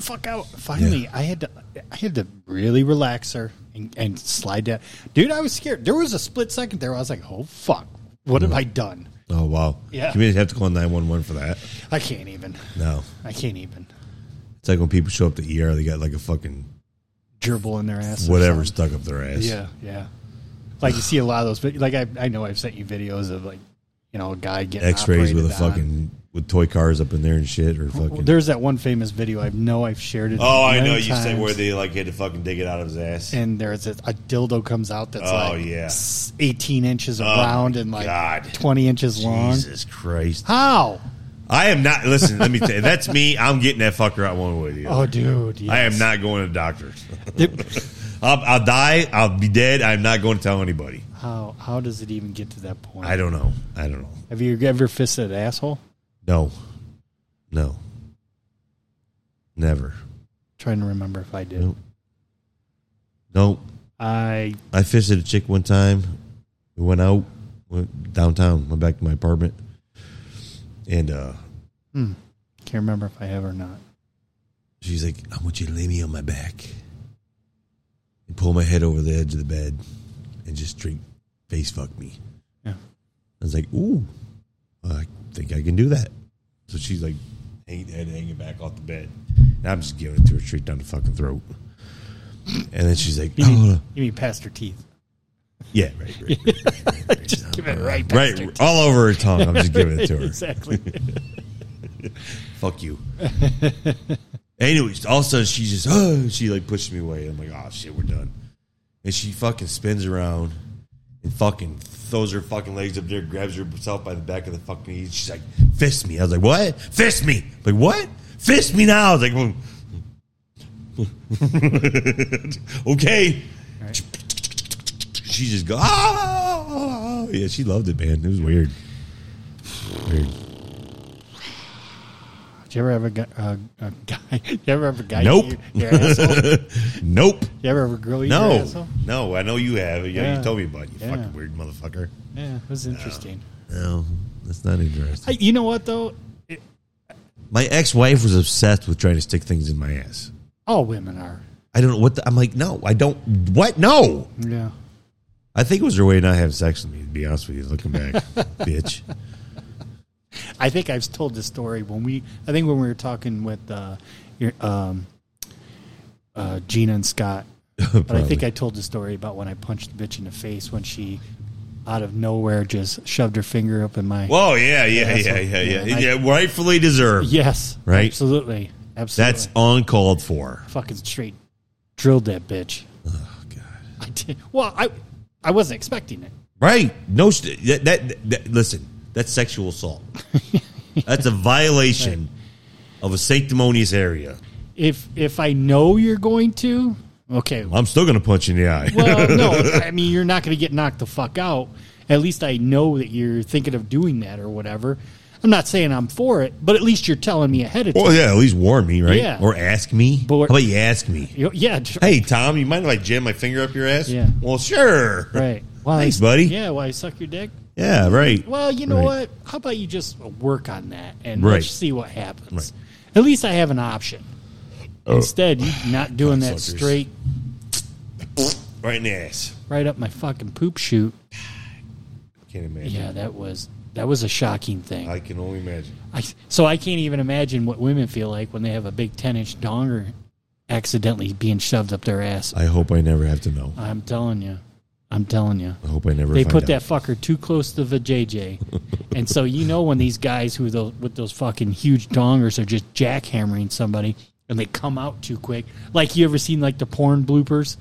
Speaker 2: fuck out. Finally, I had to, I had to really relax her and, and slide down. Dude, I was scared. There was a split second there. Where I was like, oh fuck, what have I done?
Speaker 1: oh wow.
Speaker 2: Yeah.
Speaker 1: You didn't have to call 911 for that.
Speaker 2: I can't even.
Speaker 1: No.
Speaker 2: I can't even.
Speaker 1: It's like when people show up to ER, they got like a fucking
Speaker 2: Gerbil in their ass. or
Speaker 1: whatever
Speaker 2: something.
Speaker 1: stuck up their ass.
Speaker 2: Yeah, yeah. Like you see a lot of those, but like I, I know I've sent you videos of like, you know, a guy getting
Speaker 1: X-rays with a
Speaker 2: operated on.
Speaker 1: fucking with toy cars up in there and shit or fucking.
Speaker 2: Well, there's that one famous video. I know I've shared it.
Speaker 1: Oh, I
Speaker 2: many
Speaker 1: know. You said
Speaker 2: times,
Speaker 1: where they like had to fucking dig it out of his ass.
Speaker 2: and there's a, a dildo comes out that's
Speaker 1: Oh,
Speaker 2: like
Speaker 1: yeah. Oh,
Speaker 2: s- 18 inches around and like
Speaker 1: God.
Speaker 2: 20 inches long.
Speaker 1: Jesus Christ!
Speaker 2: How?
Speaker 1: I am not. Listen, let me tell you. That's me. I'm getting that fucker out one way or the other.
Speaker 2: Oh, dude.
Speaker 1: I am
Speaker 2: yes.
Speaker 1: not going to the doctors.
Speaker 2: It-
Speaker 1: I'll, I'll die. I'll be dead. I'm not going to tell anybody.
Speaker 2: how? How does it even get to that point?
Speaker 1: I don't know. I don't know.
Speaker 2: Have you ever fisted an asshole?
Speaker 1: No, no, never.
Speaker 2: trying to remember if I did.
Speaker 1: Nope. Nope.
Speaker 2: I
Speaker 1: I fisted a chick one time. We went out, went downtown, went back to my apartment, and uh,
Speaker 2: can't remember if I have or not.
Speaker 1: She's like, I want you to lay me on my back and pull my head over the edge of the bed and just drink face fuck me.
Speaker 2: Yeah.
Speaker 1: I was like, ooh, I think I can do that. So she's like, hang, head hanging back off the bed. And I'm just giving it to her straight down the fucking throat. And then she's like,
Speaker 2: You mean,
Speaker 1: oh,
Speaker 2: you mean past her teeth?
Speaker 1: yeah, right, right, right, right, right, right.
Speaker 2: Give it right past
Speaker 1: Right,
Speaker 2: her
Speaker 1: right, all over her tongue. I'm just giving it to her.
Speaker 2: Exactly.
Speaker 1: fuck you. Anyways, all of a sudden she just oh, she like pushes me away. I'm like, oh shit, we're done. And she fucking spins around and fucking throws her fucking legs up there, grabs herself by the back of the fucking knees. She's like, fist me. I was like, what? Fist me. like what? Fist me now. I was like, well, okay. She just go, "Ah, oh yeah, she loved it, man. It was weird. Weird.
Speaker 2: Did you ever have a, gu- uh, a guy? Did you ever have a guy?
Speaker 1: Nope.
Speaker 2: eat Your, your asshole? Did
Speaker 1: Nope.
Speaker 2: you ever have a girl eat your
Speaker 1: No,
Speaker 2: asshole?
Speaker 1: no, I know you have. Yeah,
Speaker 2: Yeah.
Speaker 1: you told me about it, you
Speaker 2: Yeah.
Speaker 1: fucking weird motherfucker.
Speaker 2: Yeah, it was interesting.
Speaker 1: No, that's not interesting.
Speaker 2: I, you know what though? It,
Speaker 1: My ex-wife was obsessed with trying to stick things in my ass.
Speaker 2: all women are.
Speaker 1: I don't know what the, I'm like. No, I don't. What? No,
Speaker 2: Yeah.
Speaker 1: I think it was her way of not having sex with me. To be honest with you, looking back, bitch.
Speaker 2: I think I've told this story when we. I think when we were talking with uh, your, um, uh, Gina and Scott, but I think I told the story about when I punched the bitch in the face when she, out of nowhere, just shoved her finger up in my.
Speaker 1: Whoa, yeah, yeah,
Speaker 2: that's
Speaker 1: yeah,
Speaker 2: what-
Speaker 1: yeah, yeah,
Speaker 2: yeah, I-
Speaker 1: yeah, Rightfully deserved.
Speaker 2: Yes.
Speaker 1: Right.
Speaker 2: Absolutely. Absolutely.
Speaker 1: That's uncalled for.
Speaker 2: fucking straight drilled that bitch.
Speaker 1: Oh god.
Speaker 2: I did. Well, I I wasn't expecting it.
Speaker 1: Right? No. St- that, that, that. Listen, that's sexual assault. that's a violation of a sanctimonious area.
Speaker 2: If if I know you're going to, Okay.
Speaker 1: I'm still gonna punch you in the eye.
Speaker 2: Well, no, I mean you're not going to get knocked the fuck out. At least I know that you're thinking of doing that or whatever. I'm not saying I'm for it, but at least you're telling me ahead of time.
Speaker 1: Well, yeah, at least warn me, right?
Speaker 2: Yeah.
Speaker 1: Or ask me.
Speaker 2: But-
Speaker 1: How about you ask me?
Speaker 2: You- yeah, j-
Speaker 1: Hey, Tom, you mind if I jam my finger up your ass?
Speaker 2: Yeah.
Speaker 1: Well, sure.
Speaker 2: right. Why,
Speaker 1: Thanks, buddy.
Speaker 2: Yeah, why you suck your dick?
Speaker 1: Yeah, right.
Speaker 2: Well, you know
Speaker 1: Right.
Speaker 2: what? How about you just work on that and
Speaker 1: Right.
Speaker 2: let's see what happens.
Speaker 1: Right. Oh.
Speaker 2: At least I have an option. Instead, you're not doing that
Speaker 1: Cocksuckers.
Speaker 2: straight
Speaker 1: Right in the ass.
Speaker 2: right up my fucking poop chute.
Speaker 1: Can't imagine.
Speaker 2: Yeah, that was that was a shocking thing.
Speaker 1: I can only imagine.
Speaker 2: I, so I can't even imagine what women feel like when they have a big ten inch donger accidentally being shoved up their ass.
Speaker 1: I hope I never have to know.
Speaker 2: I'm telling you, I'm telling you.
Speaker 1: I hope I never.
Speaker 2: They
Speaker 1: find
Speaker 2: put
Speaker 1: out.
Speaker 2: that fucker too close to the JJ, and so you know when these guys who those, with those fucking huge dongers are just jackhammering somebody, and they come out too quick. Like you ever seen like the porn bloopers?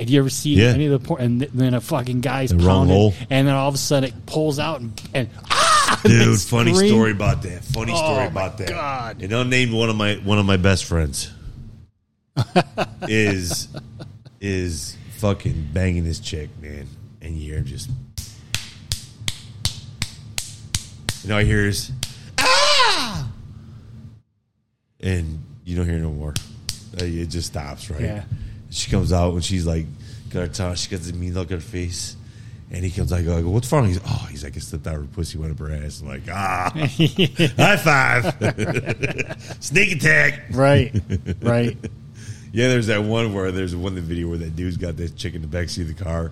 Speaker 2: Have you ever seen
Speaker 1: Uh-huh. Yeah.
Speaker 2: any of the porn? And th- then a fucking guy's
Speaker 1: The wrong
Speaker 2: pounding,
Speaker 1: hole.
Speaker 2: and then all of a sudden it pulls out and, and ah!
Speaker 1: Dude, funny
Speaker 2: scream.
Speaker 1: story about that. Funny story
Speaker 2: Oh,
Speaker 1: about
Speaker 2: my
Speaker 1: that.
Speaker 2: God.
Speaker 1: And unnamed one of my one of my best friends is is fucking banging this chick, man. And you're just and all I hear is ah, and you don't hear no more. Uh, It just stops, right?
Speaker 2: Yeah.
Speaker 1: She comes out and she's like, got her tongue. She gets a mean look on her face. And he comes out, I go, I go, what's wrong? He's, oh, he's like, I slipped out her pussy, went up her ass. I'm like, ah, high five. Sneak attack.
Speaker 2: right, right.
Speaker 1: Yeah, there's that one where there's one in the video where that dude's got this chick in the backseat of the car,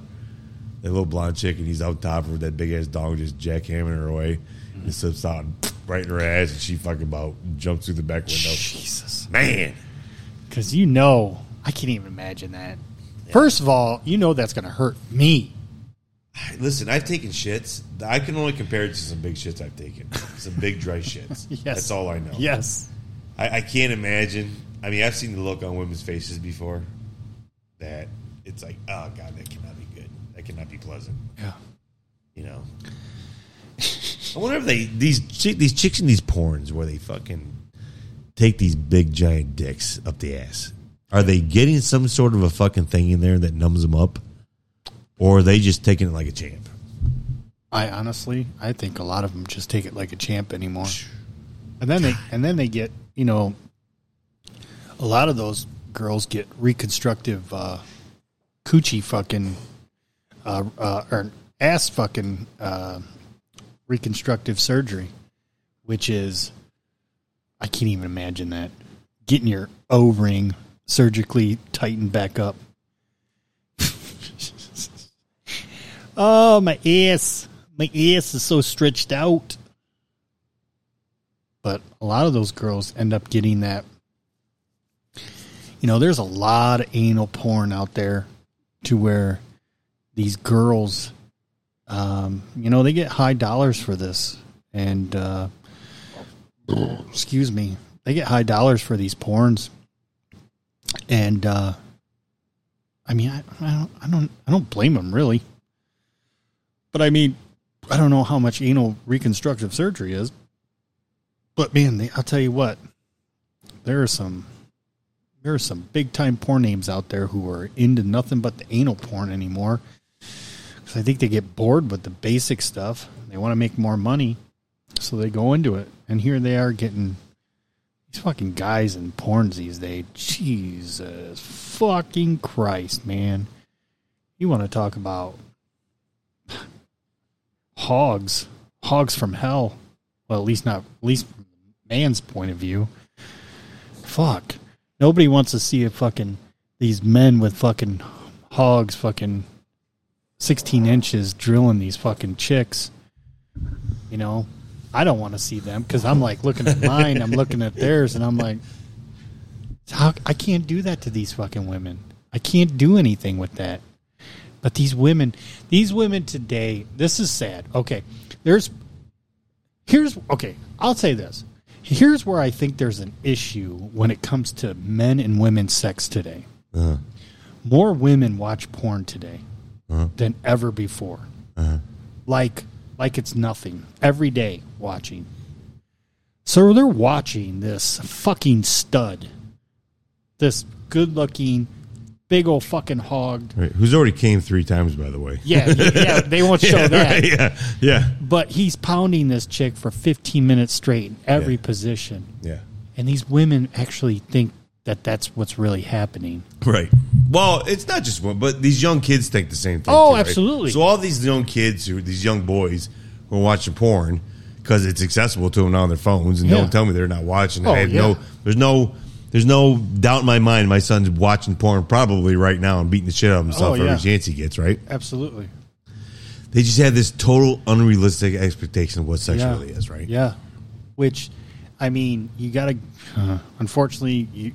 Speaker 1: that little blonde chick, and he's out top of her, that big ass dog just jackhammering her away. And slips out and right in her ass, and she fucking about jumps through the back window.
Speaker 2: Jesus,
Speaker 1: Man.
Speaker 2: because you know I can't even imagine that. First of all, you know that's gonna hurt me.
Speaker 1: Listen, I've taken shits. I can only compare it to some big shits I've taken. Some big dry shits.
Speaker 2: Yes.
Speaker 1: That's all I know.
Speaker 2: Yes,
Speaker 1: I, I can't imagine. I mean, I've seen the look on women's faces before that it's like, oh, God, that cannot be good. That cannot be pleasant.
Speaker 2: yeah.
Speaker 1: You know? I wonder if they, these, chi- these chicks in these porns where they fucking take these big giant dicks up the ass, are they getting some sort of a fucking thing in there that numbs them up? Or are they just taking it like a champ?
Speaker 3: I honestly, I think a lot of them just take it like a champ anymore. And then they and then they get, you know, a lot of those girls get reconstructive uh coochie fucking uh, uh or ass fucking uh reconstructive surgery, which is I can't even imagine that. Getting your O-ring surgically tightened back up. Oh, my ass. My ass is so stretched out. But a lot of those girls end up getting that. You know, there's a lot of anal porn out there to where these girls, um, you know, they get high dollars for this. And, uh, excuse me, they get high dollars for these porns. And, uh, I mean, I, I don't, I don't, I don't blame them really. But I mean, I don't know how much anal reconstructive surgery is. But man, they, I'll tell you what, there are some there are some big time porn names out there who are into nothing but the anal porn anymore. Because I think they get bored with the basic stuff. They want to make more money, so they go into it. And here they are getting these fucking guys in porns these days. Jesus fucking Christ, man! You want to talk about hogs, hogs from hell. Well, at least not, at least from man's point of view. Fuck. Nobody wants to see a fucking these men with fucking hogs, fucking sixteen inches drilling these fucking chicks. You know, I don't want to see them because I'm like looking at mine, I'm looking at theirs, and I'm like, how I can't do that to these fucking women. I can't do anything with that. But these women, these women today, this is sad. Okay. There's, here's, okay, I'll say this. Here's where I think there's an issue when it comes to men and women's sex today. More women watch porn today than ever before. Like, like it's nothing. Every day watching. So they're watching this fucking stud, this good looking big old fucking hog.
Speaker 1: Right. Who's already came three times, by the way.
Speaker 3: Yeah, yeah, yeah, they won't show
Speaker 1: Yeah,
Speaker 3: that.
Speaker 1: right, yeah, yeah,
Speaker 3: But he's pounding this chick for 15 minutes straight in every
Speaker 1: Yeah.
Speaker 3: position.
Speaker 1: yeah.
Speaker 3: And these women actually think that that's what's really happening.
Speaker 1: Right. Well, it's not just one, but these young kids think the same thing.
Speaker 3: Oh,
Speaker 1: right?
Speaker 3: absolutely.
Speaker 1: So all these young kids, who these young boys, who are watching porn because it's accessible to them on their phones, and
Speaker 3: Yeah.
Speaker 1: don't tell me they're not watching. it.
Speaker 3: Oh,
Speaker 1: I have
Speaker 3: yeah.
Speaker 1: no, there's no, there's no doubt in my mind. My son's watching porn probably right now and beating the shit out of himself
Speaker 3: Oh, yeah.
Speaker 1: every chance he gets. Right.
Speaker 3: Absolutely.
Speaker 1: They just have this total unrealistic expectation of what sex really is. Right.
Speaker 3: Yeah. Which, I mean, you got to, unfortunately, you,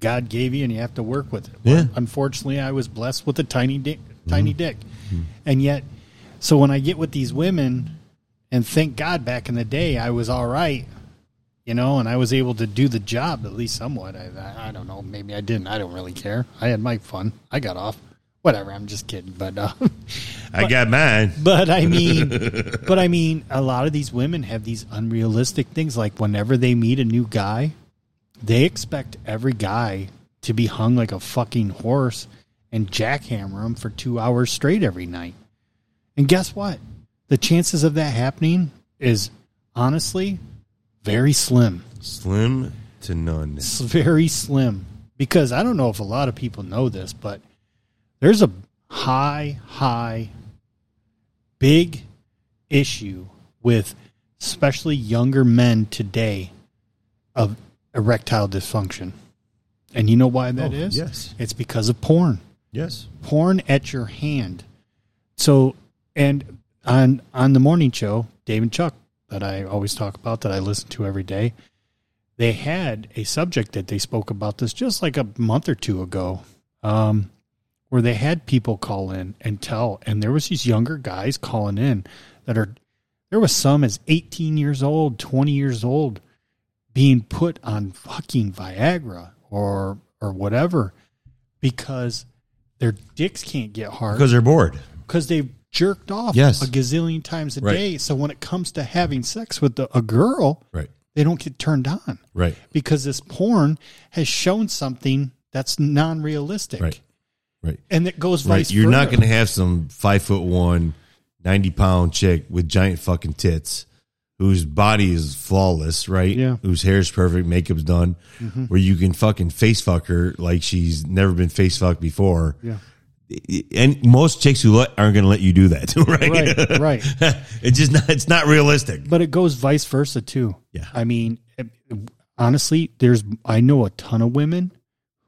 Speaker 3: God gave you and you have to work with it.
Speaker 1: Yeah.
Speaker 3: Unfortunately, I was blessed with a tiny dick, tiny dick. And yet, so when I get with these women, and thank God back in the day, I was all right, you know, and I was able to do the job at least somewhat. I, I, I don't know. Maybe I didn't. I don't really care. I had my fun. I got off. Whatever. I'm just kidding. But, uh,
Speaker 1: I got mine.
Speaker 3: But I mean, but I mean, a lot of these women have these unrealistic things. Like whenever they meet a new guy, they expect every guy to be hung like a fucking horse and jackhammer him for two hours straight every night. And guess what? The chances of that happening is honestly very slim.
Speaker 1: Slim to none.
Speaker 3: It's very slim because I don't know if a lot of people know this, but there's a high, high, big issue with especially younger men today of erectile dysfunction. And you know why that
Speaker 1: Oh,
Speaker 3: is?
Speaker 1: yes.
Speaker 3: It's because of porn
Speaker 1: Yes.
Speaker 3: porn at your hand. So and on on the morning show, Dave and Chuck that I always talk about that I listen to every day, they had a subject that they spoke about this just like a month or two ago. Um where they had people call in and tell and there was these younger guys calling in that are there was some as 18 years old, 20 years old being put on fucking Viagra or or whatever because their dicks can't get hard
Speaker 1: Because they're bored.
Speaker 3: because they've jerked off
Speaker 1: Yes.
Speaker 3: a gazillion times a
Speaker 1: Right.
Speaker 3: day. So when it comes to having sex with the, a girl,
Speaker 1: Right.
Speaker 3: they don't get turned on
Speaker 1: Right.
Speaker 3: because this porn has shown something that's non-realistic.
Speaker 1: Right. Right.
Speaker 3: And it goes
Speaker 1: Right.
Speaker 3: vice
Speaker 1: You're not
Speaker 3: versa.
Speaker 1: going to have some five foot one, 90 pound chick with giant fucking tits whose body is flawless, right?
Speaker 3: Yeah. Mm-hmm.
Speaker 1: Whose hair's perfect, makeup's done, where you can fucking face fuck her like she's never been face fucked before.
Speaker 3: Yeah.
Speaker 1: And most chicks who let, aren't going to let you do that, right?
Speaker 3: Right, right.
Speaker 1: it's just not, it's not realistic.
Speaker 3: but it goes vice versa too.
Speaker 1: Yeah.
Speaker 3: I mean, it- honestly, there's I know a ton of women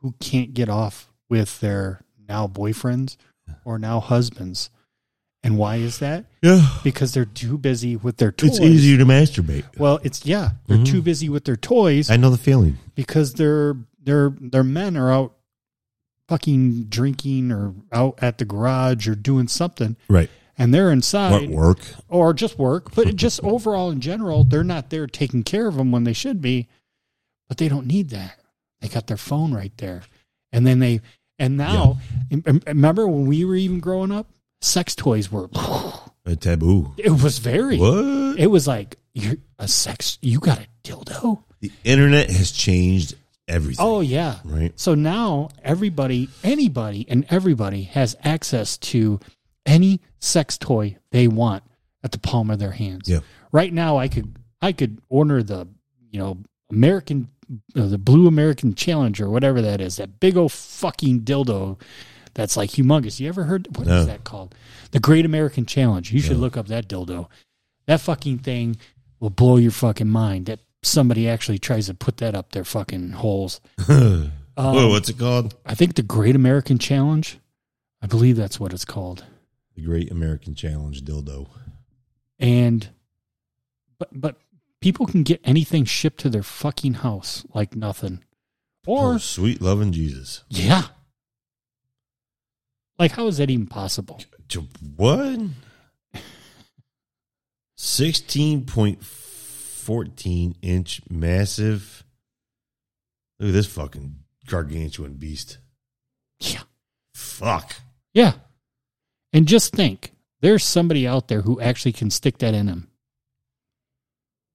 Speaker 3: who can't get off with their now boyfriends or now husbands. And why is that?
Speaker 1: Yeah.
Speaker 3: Because they're too busy with their toys.
Speaker 1: It's easier to masturbate.
Speaker 3: Well, it's yeah, they're too busy with their toys
Speaker 1: Mm-hmm. I know the feeling.
Speaker 3: because their their their men are out fucking drinking or out at the garage or doing something
Speaker 1: Right.
Speaker 3: and they're
Speaker 1: What
Speaker 3: inside
Speaker 1: work?
Speaker 3: or just work, but just overall in general, they're not there taking care of them when they should be, but they don't need that. They got their phone right there. And then they, and now, and- and remember when we were even growing up, sex toys were,
Speaker 1: A taboo.
Speaker 3: it was very,
Speaker 1: What?
Speaker 3: it was like, you're a sex, you got a dildo?
Speaker 1: The internet has changed everything.
Speaker 3: Oh, yeah.
Speaker 1: Right.
Speaker 3: So now everybody, anybody, and everybody has access to any sex toy they want at the palm of their hands.
Speaker 1: Yeah.
Speaker 3: Right now, I could I could order the you know American uh, the Blue American Challenge or whatever that is that big old fucking dildo that's like humongous. You ever heard what is
Speaker 1: No.
Speaker 3: that called? The Great American Challenge. You should look up that dildo. That fucking thing will blow your fucking mind. That somebody actually tries to put that up their fucking holes.
Speaker 1: Whoa, Uh, what's it called?
Speaker 3: I think the Great American Challenge. I believe that's what it's called.
Speaker 1: The Great American Challenge dildo.
Speaker 3: And but but people can get anything shipped to their fucking house like nothing. Or
Speaker 1: Oh, sweet loving Jesus.
Speaker 3: yeah. Like how is that even possible?
Speaker 1: To what? Sixteen point fourteen inch massive. Look at this fucking gargantuan beast.
Speaker 3: Yeah.
Speaker 1: Fuck.
Speaker 3: Yeah. And just think, there's somebody out there who actually can stick that in him.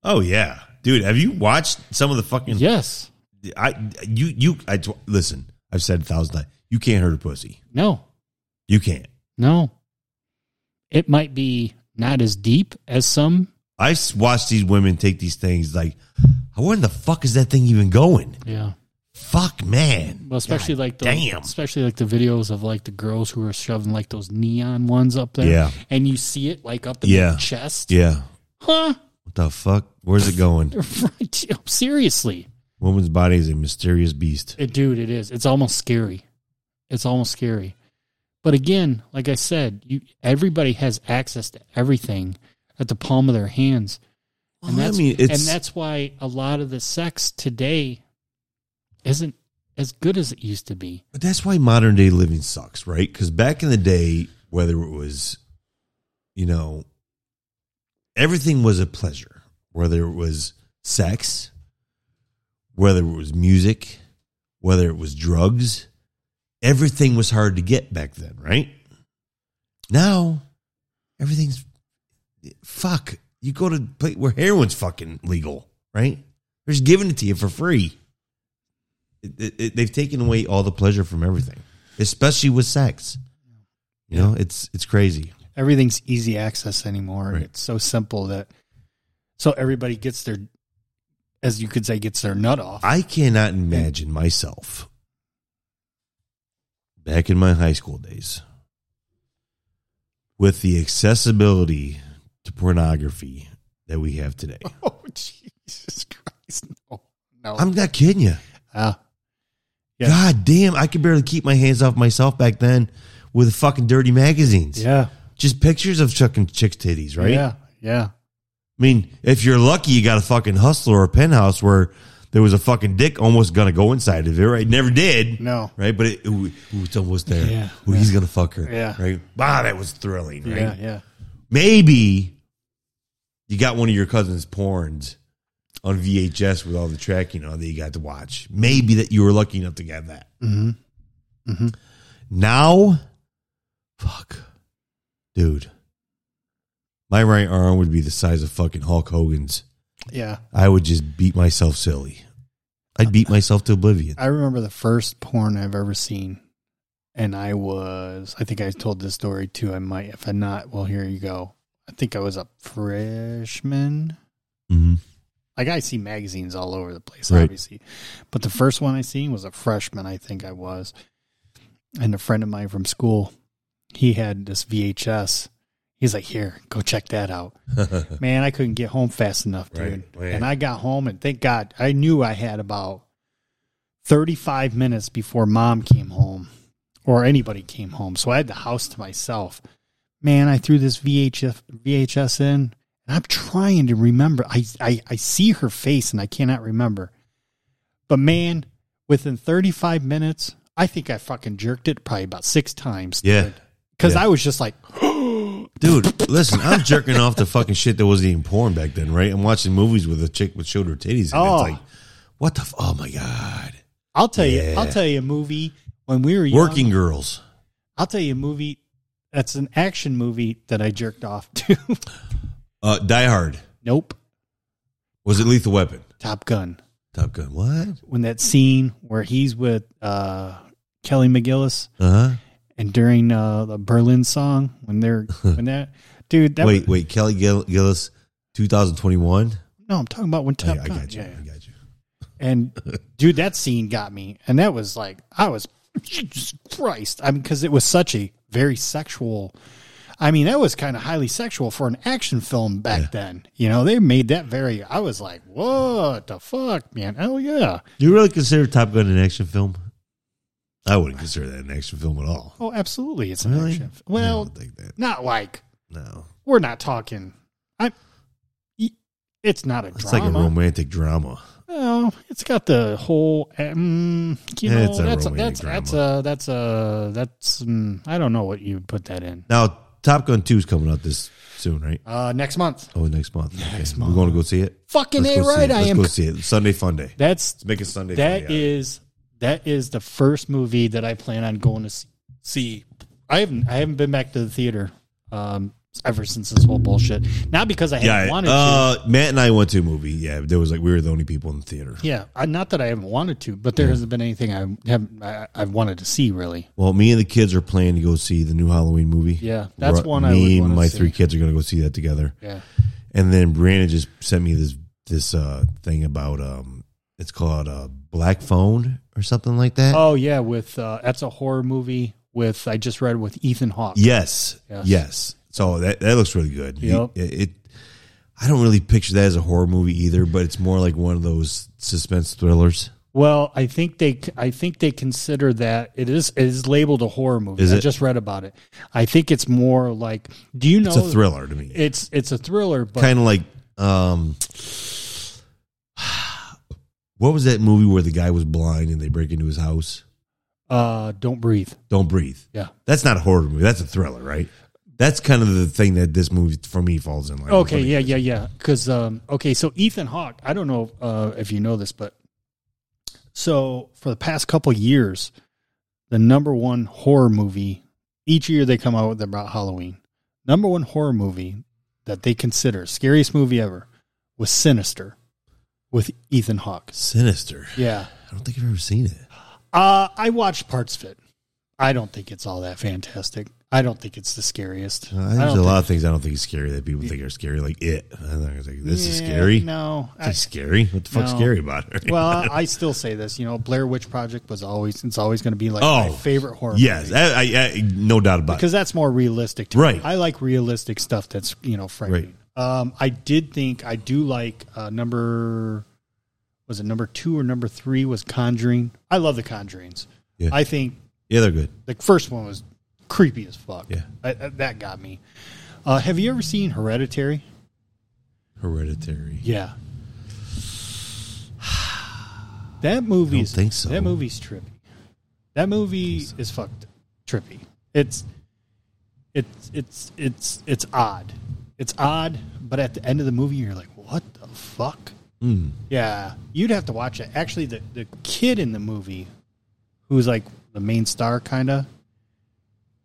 Speaker 1: Oh yeah, dude. Have you watched some of the fucking?
Speaker 3: Yes.
Speaker 1: I you you I t- listen. I've said a thousand times. You can't hurt a pussy.
Speaker 2: No,
Speaker 1: You can't.
Speaker 2: no. It might be not as deep as some.
Speaker 1: I s- watch these women take these things like, where in the fuck is that thing even going?
Speaker 2: Yeah.
Speaker 1: Fuck, man.
Speaker 2: Well, especially
Speaker 1: God
Speaker 2: like the
Speaker 1: damn.
Speaker 2: especially like the videos of like the girls who are shoving like those neon ones up there.
Speaker 1: Yeah.
Speaker 2: And you see it like up in
Speaker 1: Yeah.
Speaker 2: their chest.
Speaker 1: Yeah.
Speaker 2: Huh?
Speaker 1: What the fuck? Where's it going?
Speaker 2: Right. Seriously.
Speaker 1: Woman's body is a mysterious beast.
Speaker 2: It, dude, it is. It's almost scary. It's almost scary. But again, like I said, you everybody has access to everything at the palm of their hands. And
Speaker 1: Well,
Speaker 2: that's
Speaker 1: I mean, it's
Speaker 2: and that's why a lot of the sex today isn't as good as it used to be.
Speaker 1: But that's why modern day living sucks, right? Because back in the day, whether it was, you know, everything was a pleasure, whether it was sex, whether it was music, whether it was drugs, everything was hard to get back then, right? Now, everything's fuck. You go to place where heroin's fucking legal, right? They're just giving it to you for free it, it, it- they've taken away all the pleasure from everything, especially with sex. You know, it's it's crazy.
Speaker 3: everything's easy access anymore.
Speaker 1: Right.
Speaker 3: It's so simple that so everybody gets their, as you could say, gets their nut off.
Speaker 1: I cannot imagine myself back in my high school days with the accessibility to pornography that we have today.
Speaker 3: oh Jesus Christ! No, no.
Speaker 1: I'm not kidding you.
Speaker 3: Ah. Yeah.
Speaker 1: God damn, I could barely keep my hands off myself back then with fucking dirty magazines.
Speaker 3: yeah,
Speaker 1: Just pictures of chucking chicks' titties, right?
Speaker 3: Yeah, yeah.
Speaker 1: I mean, if you're lucky, you got a fucking hustler or a penthouse where there was a fucking dick almost gonna go inside of it, right? Never did,
Speaker 3: No.
Speaker 1: right? But it, ooh, ooh, it's almost there.
Speaker 3: Yeah.
Speaker 1: Ooh, he's gonna fuck her,
Speaker 3: Yeah.
Speaker 1: right? Wow, that was thrilling, right?
Speaker 3: Yeah, yeah.
Speaker 1: Maybe you got one of your cousin's porns on VHS with all the tracking on that you got to watch. Maybe that you were lucky enough to get that.
Speaker 3: Mm-hmm.
Speaker 1: Now, fuck, dude, my right arm would be the size of fucking Hulk Hogan's.
Speaker 3: Yeah.
Speaker 1: I would just beat myself silly. I'd beat myself to oblivion.
Speaker 3: I remember the first porn I've ever seen. And I was, I think I told this story too. I might, if I'm not, well, here you go. I think I was a freshman.
Speaker 1: Mm-hmm.
Speaker 3: Like I see magazines all over the place,
Speaker 1: Right.
Speaker 3: obviously. But the first one I seen was a freshman, I think I was. And a friend of mine from school, he had this VHS. He's like, here, go check that out. Man, I couldn't get home fast enough, dude.
Speaker 1: Right, right.
Speaker 3: And I got home, and thank God, I knew I had about 35 minutes before mom came home or anybody came home. So I had the house to myself. Man, I threw this VHF, VHS in, and I'm trying to remember. I, I, I see her face, and I cannot remember. But man, within 35 minutes, I think I fucking jerked it probably about six times.
Speaker 1: Yeah.
Speaker 3: Because
Speaker 1: Yeah.
Speaker 3: I was just like,
Speaker 1: Dude, listen, I'm jerking off the fucking shit that wasn't even porn back then, right? I'm watching movies with a chick with shoulder titties. And
Speaker 3: Oh.
Speaker 1: It's like, what the? F- oh my God.
Speaker 3: I'll tell you,
Speaker 1: Yeah.
Speaker 3: I'll tell um, you a movie when we were young,
Speaker 1: Working girls.
Speaker 3: I'll tell you a movie that's an action movie that I jerked off to.
Speaker 1: Uh, Die Hard.
Speaker 3: nope.
Speaker 1: Was it Lethal Weapon?
Speaker 3: Top Gun.
Speaker 1: Top Gun. What?
Speaker 3: When that scene where he's with uh, Kelly McGillis
Speaker 1: Uh huh.
Speaker 3: and during uh, the Berlin song when they're when that dude that
Speaker 1: Wait, wait. Kelly Gill- Gillis, 2021.
Speaker 3: no I'm talking about when
Speaker 1: Oh, I, I
Speaker 3: Top Gun
Speaker 1: got you.
Speaker 3: Yeah, yeah.
Speaker 1: I got you.
Speaker 3: and dude that scene got me and that was like I was Jesus Christ I mean because it was such a very sexual I mean that was kind of highly sexual for an action film back then you know they made that very I was like what the fuck man oh yeah
Speaker 1: Do you really consider Top Gun an action film? I wouldn't consider that an action film at all.
Speaker 3: Oh, absolutely. It's an
Speaker 1: Really?
Speaker 3: action. f-
Speaker 1: I
Speaker 3: Well,
Speaker 1: don't think that.
Speaker 3: not like
Speaker 1: No.
Speaker 3: we're not talking. I. y- It's not a
Speaker 1: It's
Speaker 3: drama.
Speaker 1: like a romantic drama.
Speaker 3: Well, it's got the whole. Um, you
Speaker 1: Yeah,
Speaker 3: know,
Speaker 1: it's a
Speaker 3: that's
Speaker 1: romantic
Speaker 3: that's
Speaker 1: drama.
Speaker 3: that's a that's a that's. mm, I don't know what you would put that in.
Speaker 1: Now, Top Gun 2 is coming out this soon, right?
Speaker 3: Uh, next month.
Speaker 1: Oh, next month. Next month. We're going to go see it.
Speaker 3: Fucking a
Speaker 1: go see
Speaker 3: right.
Speaker 1: it.
Speaker 3: I
Speaker 1: Let's
Speaker 3: am.
Speaker 1: go see it. Sunday fun day.
Speaker 3: That's
Speaker 1: Let's make it Sunday
Speaker 3: that
Speaker 1: fun day.
Speaker 3: is that is the first movie that I plan on going to s- see. I haven't I haven't been back to the theater. Um, ever since this whole bullshit. Not because I haven't
Speaker 1: Yeah,
Speaker 3: wanted to.
Speaker 1: uh, Matt and I went to a movie. Yeah, there was like we were the only people in the theater.
Speaker 3: Yeah, I, not that I haven't wanted to, but there hasn't been anything I have I, I've wanted to see really.
Speaker 1: Well, me and the kids are planning to go see the new Halloween movie.
Speaker 3: Yeah, that's
Speaker 1: Ru-
Speaker 3: one I
Speaker 1: Me
Speaker 3: would
Speaker 1: and
Speaker 3: wanna
Speaker 1: my
Speaker 3: see.
Speaker 1: three kids are going to go see that together.
Speaker 3: Yeah.
Speaker 1: And then Brianna just sent me this this uh, thing about um, it's called uh, Black Phone or something like that.
Speaker 3: Oh yeah, with uh, that's a horror movie with I just read with Ethan Hawke.
Speaker 1: Yes, yes.
Speaker 3: Yes.
Speaker 1: So that that looks really good.
Speaker 3: Yep.
Speaker 1: It, it- I don't really picture that as a horror movie either, but it's more like one of those suspense thrillers.
Speaker 3: Well, I think they I think they consider that it is it is labeled a horror movie.
Speaker 1: Is
Speaker 3: I
Speaker 1: it?
Speaker 3: just read about it. I think it's more like do you know
Speaker 1: It's a thriller to me.
Speaker 3: It's it's a thriller, but
Speaker 1: kind of like um what was that movie where the guy was blind and they break into his house
Speaker 3: uh, don't breathe.
Speaker 1: don't breathe
Speaker 3: Yeah.
Speaker 1: that's not a horror movie that's a thriller right that's kind of the thing that this movie for me falls in line with.
Speaker 3: Okay, yeah, yeah, yeah. Because um, okay, so Ethan Hawke. I don't know uh, if you know this, but so for the past couple years, the number one horror movie each year they come out with about Halloween. Number one horror movie that they consider scariest movie ever was Sinister with Ethan Hawke.
Speaker 1: sinister
Speaker 3: Yeah,
Speaker 1: i don't think i've ever seen it
Speaker 3: uh, I watched parts of it. I don't think it's all that fantastic. I don't think it's the scariest.
Speaker 1: Uh,
Speaker 3: I
Speaker 1: there's
Speaker 3: don't
Speaker 1: a
Speaker 3: think-
Speaker 1: lot of things i don't think is scary that people think are scary like it i think it's like this is
Speaker 3: Yeah,
Speaker 1: scary
Speaker 3: No,
Speaker 1: It's like scary what the fuck's
Speaker 3: No.
Speaker 1: scary about it
Speaker 3: well, I still say this. You know, Blair Witch Project was always it's always going to be like
Speaker 1: Oh,
Speaker 3: my favorite horror.
Speaker 1: yes I, I, I no doubt about it
Speaker 3: because that's more realistic. To
Speaker 1: Right.
Speaker 3: Me. I like realistic stuff that's you know frightening. Um, I did think I do like uh, number was it number two or number three was Conjuring. I love the Conjurings.
Speaker 1: Yeah.
Speaker 3: I think
Speaker 1: yeah they're good
Speaker 3: the first one was creepy as fuck.
Speaker 1: Yeah.
Speaker 3: I, I- that got me. Uh, have you ever seen Hereditary?
Speaker 1: hereditary
Speaker 3: Yeah. That movie
Speaker 1: I don't
Speaker 3: is
Speaker 1: think so.
Speaker 3: That movie's trippy. That movie is fucked trippy. It's it's it's it's it's odd. It's odd, but at the end of the movie you're like, what the fuck?
Speaker 1: Mm.
Speaker 3: Yeah. You'd have to watch it. Actually the, the kid in the movie who's like the main star kinda,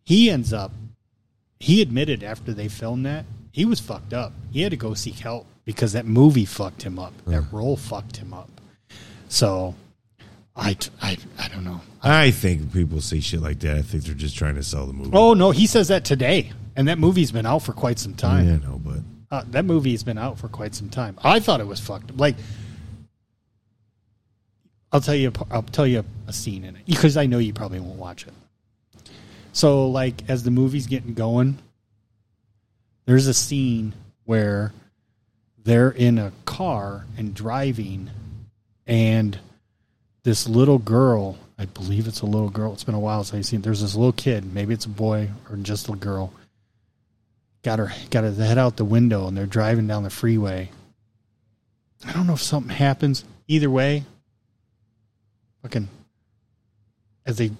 Speaker 3: he ends up he admitted after they filmed that he was fucked up. He had to go seek help because that movie fucked him up. That role fucked him up. So, I, I, I don't know.
Speaker 1: I think people say shit like that. I think they're just trying to sell the movie.
Speaker 3: Oh no, he says that today, and that movie's been out for quite some
Speaker 1: yeah, I
Speaker 3: time.
Speaker 1: know, but
Speaker 3: Uh, that movie's been out for quite some time. I thought it was fucked. up. Like, I'll tell you, a p- I'll tell you a scene in it because I know you probably won't watch it. So, like, as the movie's getting going, there's a scene where they're in a car and driving, and this little girl, I believe it's a little girl. It's been a while since I've seen. it. There's this little kid, maybe it's a boy or just a girl got her got her head out the window and they're driving down the freeway. I don't know if something happens. Either way, fucking as they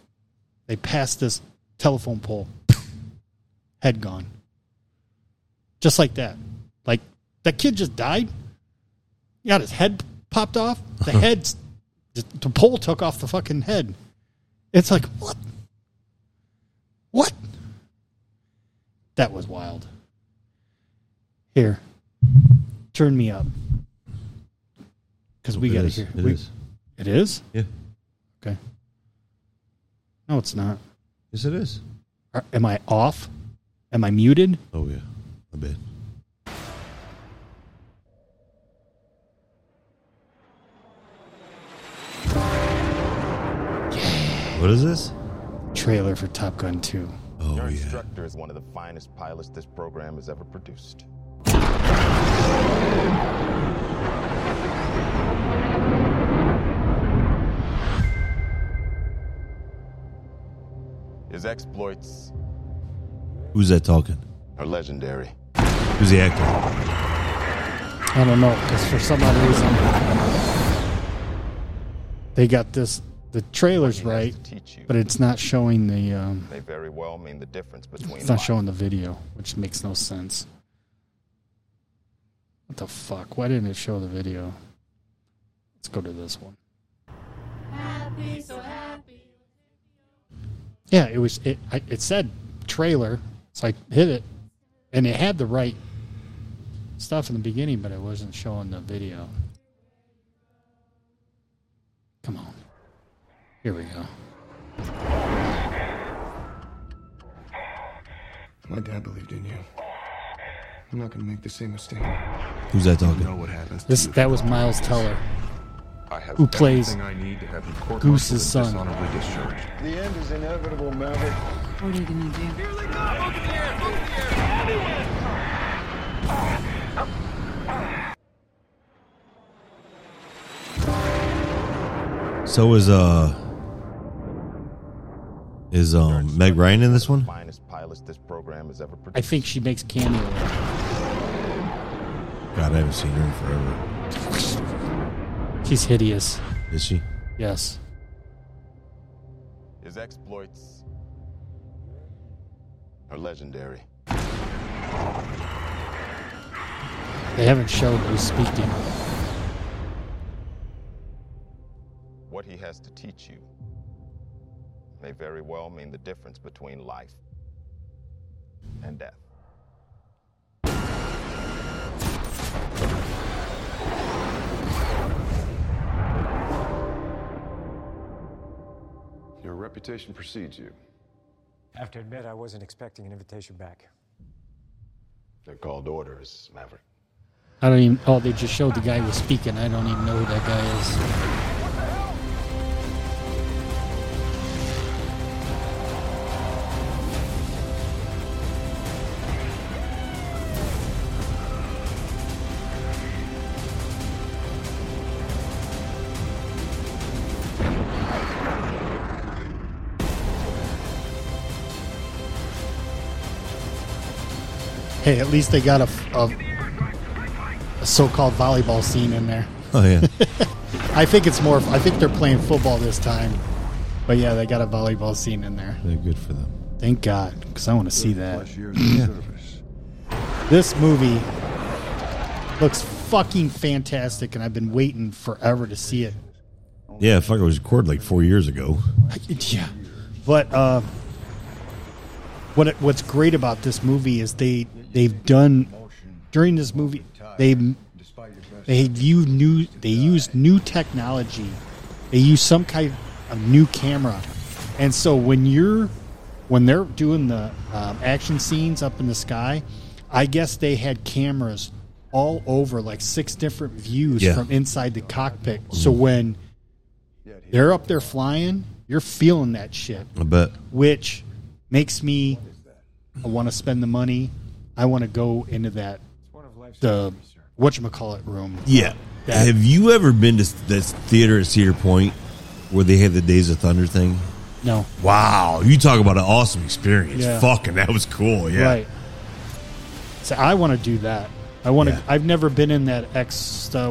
Speaker 3: they pass this telephone pole, head gone. Just like that. Like that kid just died. He got his head popped off. The head's the, the pole took off the fucking head. It's like what? What? That was wild. Here, turn me up. Because we
Speaker 1: It
Speaker 3: got to
Speaker 1: is.
Speaker 3: hear.
Speaker 1: It
Speaker 3: we-
Speaker 1: is.
Speaker 3: It is?
Speaker 1: Yeah.
Speaker 3: Okay. No, it's not.
Speaker 1: Yes, it is.
Speaker 3: Are, am I off? Am I muted?
Speaker 1: Oh yeah, I bet. What is this?
Speaker 3: Trailer for Top Gun 2.
Speaker 1: Oh
Speaker 4: Your
Speaker 1: yeah,
Speaker 4: instructor is one of the finest pilots this program has ever produced. His exploits
Speaker 1: who's that talking?
Speaker 4: are legendary.
Speaker 1: Who's the actor?
Speaker 3: I don't know, because for some odd reason, they got this, the trailer's
Speaker 4: He has
Speaker 3: right,
Speaker 4: to teach you.
Speaker 3: but it's not showing the, um,
Speaker 4: May very well mean the difference between
Speaker 3: it's not
Speaker 4: life.
Speaker 3: showing the video, which makes no sense. What the fuck? Why didn't it show the video? Let's go to this one.
Speaker 5: happy, so happy.
Speaker 3: Yeah, it was. It I, it said trailer, so I hit it,
Speaker 2: and it had the right stuff in the beginning, but it wasn't showing the video. Come on. Here we go.
Speaker 6: My dad believed in you. I'm not gonna make the same mistake.
Speaker 1: Who's that talking?
Speaker 7: know what happens to
Speaker 2: This
Speaker 7: you.
Speaker 2: that was Miles Teller.
Speaker 7: I have
Speaker 2: who plays
Speaker 7: everything I need to have you court-martialed
Speaker 2: Goose's
Speaker 7: and
Speaker 2: son.
Speaker 7: dishonorably discharged.
Speaker 4: The end is inevitable, Maverick.
Speaker 8: What are you gonna do?
Speaker 1: So is uh is um Meg Ryan in this one?
Speaker 4: Finest pilots this program has ever produced.
Speaker 2: I think she makes cameo.
Speaker 1: God, I haven't seen her in forever.
Speaker 2: She's hideous.
Speaker 1: Is she?
Speaker 2: Yes.
Speaker 4: His exploits are legendary.
Speaker 2: They haven't shown who's speaking.
Speaker 4: What he has to teach you may very well mean the difference between life and death.
Speaker 7: Your reputation precedes you.
Speaker 9: I have to admit, I wasn't expecting an invitation back.
Speaker 4: They're called orders, Maverick.
Speaker 2: I don't even oh they just showed the guy who was speaking. I don't even know who that guy is. Hey, at least they got a, f- a- a so-called volleyball scene in there.
Speaker 1: Oh yeah.
Speaker 2: I think it's more. I think they're playing football this time. But yeah, they got a volleyball scene in there.
Speaker 1: They're good for them.
Speaker 2: Thank God, because I want to see that.
Speaker 7: Plus years of service.
Speaker 2: This movie looks fucking fantastic, and I've been waiting forever to see it.
Speaker 1: Yeah, fuck, it was recorded like four years ago.
Speaker 2: Yeah, but uh, what it, what's great about this movie is they they've done during this movie they they view new they use new technology they use some kind of new camera and so when you're when they're doing the um, action scenes up in the sky i guess they had cameras all over like six different views
Speaker 1: Yeah.
Speaker 2: from inside the cockpit so when they're up there flying you're feeling that shit
Speaker 1: I bet.
Speaker 2: which makes me I want to spend the money. I want to go into that the whatchamacallit room.
Speaker 1: Yeah. Have you ever been to this theater at Cedar Point where they had the Days of Thunder thing?
Speaker 2: No.
Speaker 1: Wow, you talk about an awesome experience.
Speaker 2: Yeah.
Speaker 1: Fucking, that was cool. Yeah.
Speaker 2: Right. So I want to do that. I want to
Speaker 1: Yeah.
Speaker 2: I've never been in that X uh,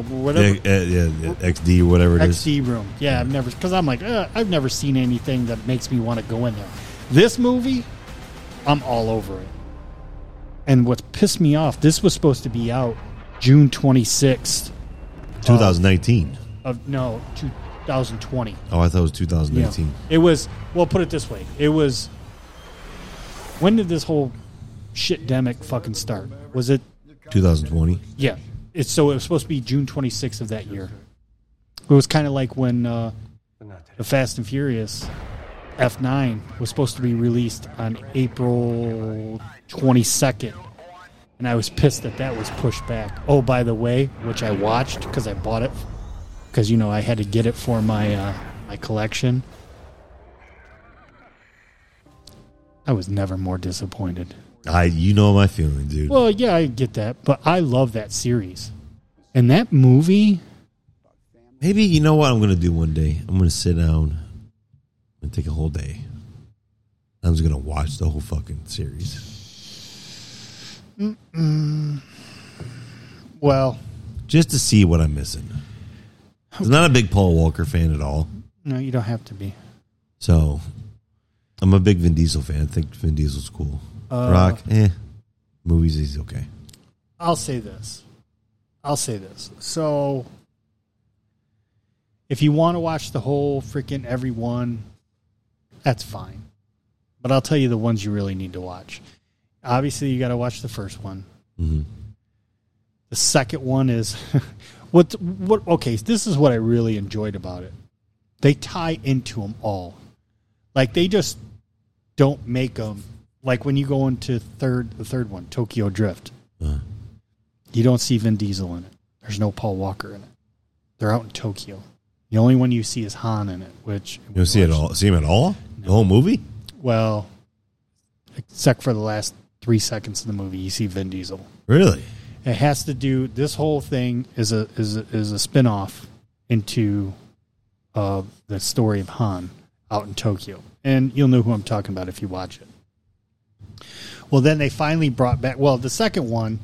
Speaker 1: Yeah,
Speaker 2: whatever
Speaker 1: uh, yeah, yeah, XD, whatever it is.
Speaker 2: XD room. Yeah, I've never cuz I'm like uh, I've never seen anything that makes me want to go in there. This movie I'm all over it. And what pissed me off, this was supposed to be out June 26th
Speaker 1: uh, 2019.
Speaker 2: of no, 2020.
Speaker 1: Oh, I thought it was
Speaker 2: Yeah.
Speaker 1: 2019.
Speaker 2: It was well, put it this way: it was. When did this whole shit demic fucking start? Was it
Speaker 1: 2020.
Speaker 2: yeah? It's so it was supposed to be June 26th of that year. It was kind of like when uh, the Fast and Furious F9 was supposed to be released on April 22nd. And I was pissed that that was pushed back. Oh, by the way, which I watched because I bought it because you know I had to get it for my uh, my collection. I was never more disappointed.
Speaker 1: I, you know my feeling, dude.
Speaker 2: Well, yeah, I get that, but I love that series. And that movie,
Speaker 1: Maybe you know what I'm gonna do one day. I'm gonna sit down and take a whole day. I'm just gonna watch the whole fucking series
Speaker 2: well,
Speaker 1: just to see what I'm missing. I'm not a big Paul Walker fan at all,
Speaker 2: no, you don't have to be.
Speaker 1: so I'm a big Vin Diesel fan. I think Vin Diesel's cool.
Speaker 2: Uh,
Speaker 1: Rock, eh? Movies, he's okay.
Speaker 2: I'll say this. I'll say this. So, if you want to watch the whole freaking everyone, that's fine. But I'll tell you the ones you really need to watch. obviously you got to watch the first one. The second one is what what okay, this is what I really enjoyed about it. They tie into them all. Like they just don't make them like when you go into third the third one, Tokyo Drift. You don't see Vin Diesel in it. There's no Paul Walker in it. They're out in Tokyo. The only one you see is Han in it, which
Speaker 1: You don't see it all. See him at all? The whole movie?
Speaker 2: well, except for the last three seconds of the movie, you see Vin Diesel.
Speaker 1: Really?
Speaker 2: It has to do. This whole thing is a is a, is a spin off into uh, the story of Han out in Tokyo, and you'll know who I'm talking about if you watch it. Well, then they finally brought back. Well, the second one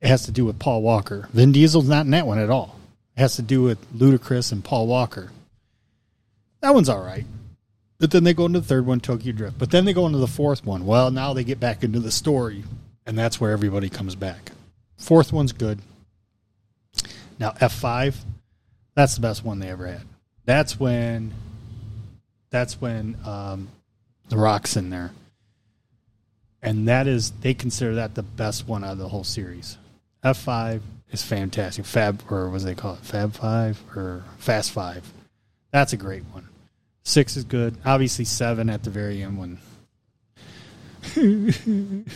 Speaker 2: it has to do with Paul Walker. Vin Diesel's not in that one at all. It has to do with Ludacris and Paul Walker. That one's all right. But then they go into the third one, Tokyo Drift. But then they go into the fourth one. Well, now they get back into the story, and that's where everybody comes back. Fourth one's good. Now F5, that's the best one they ever had. That's when, that's when um, the Rock's in there, and that is they consider that the best one out of the whole series. F5 is fantastic. Fab or what do they call it? Fab Five or Fast Five. That's a great one. Six is good. Obviously, seven at the very end when,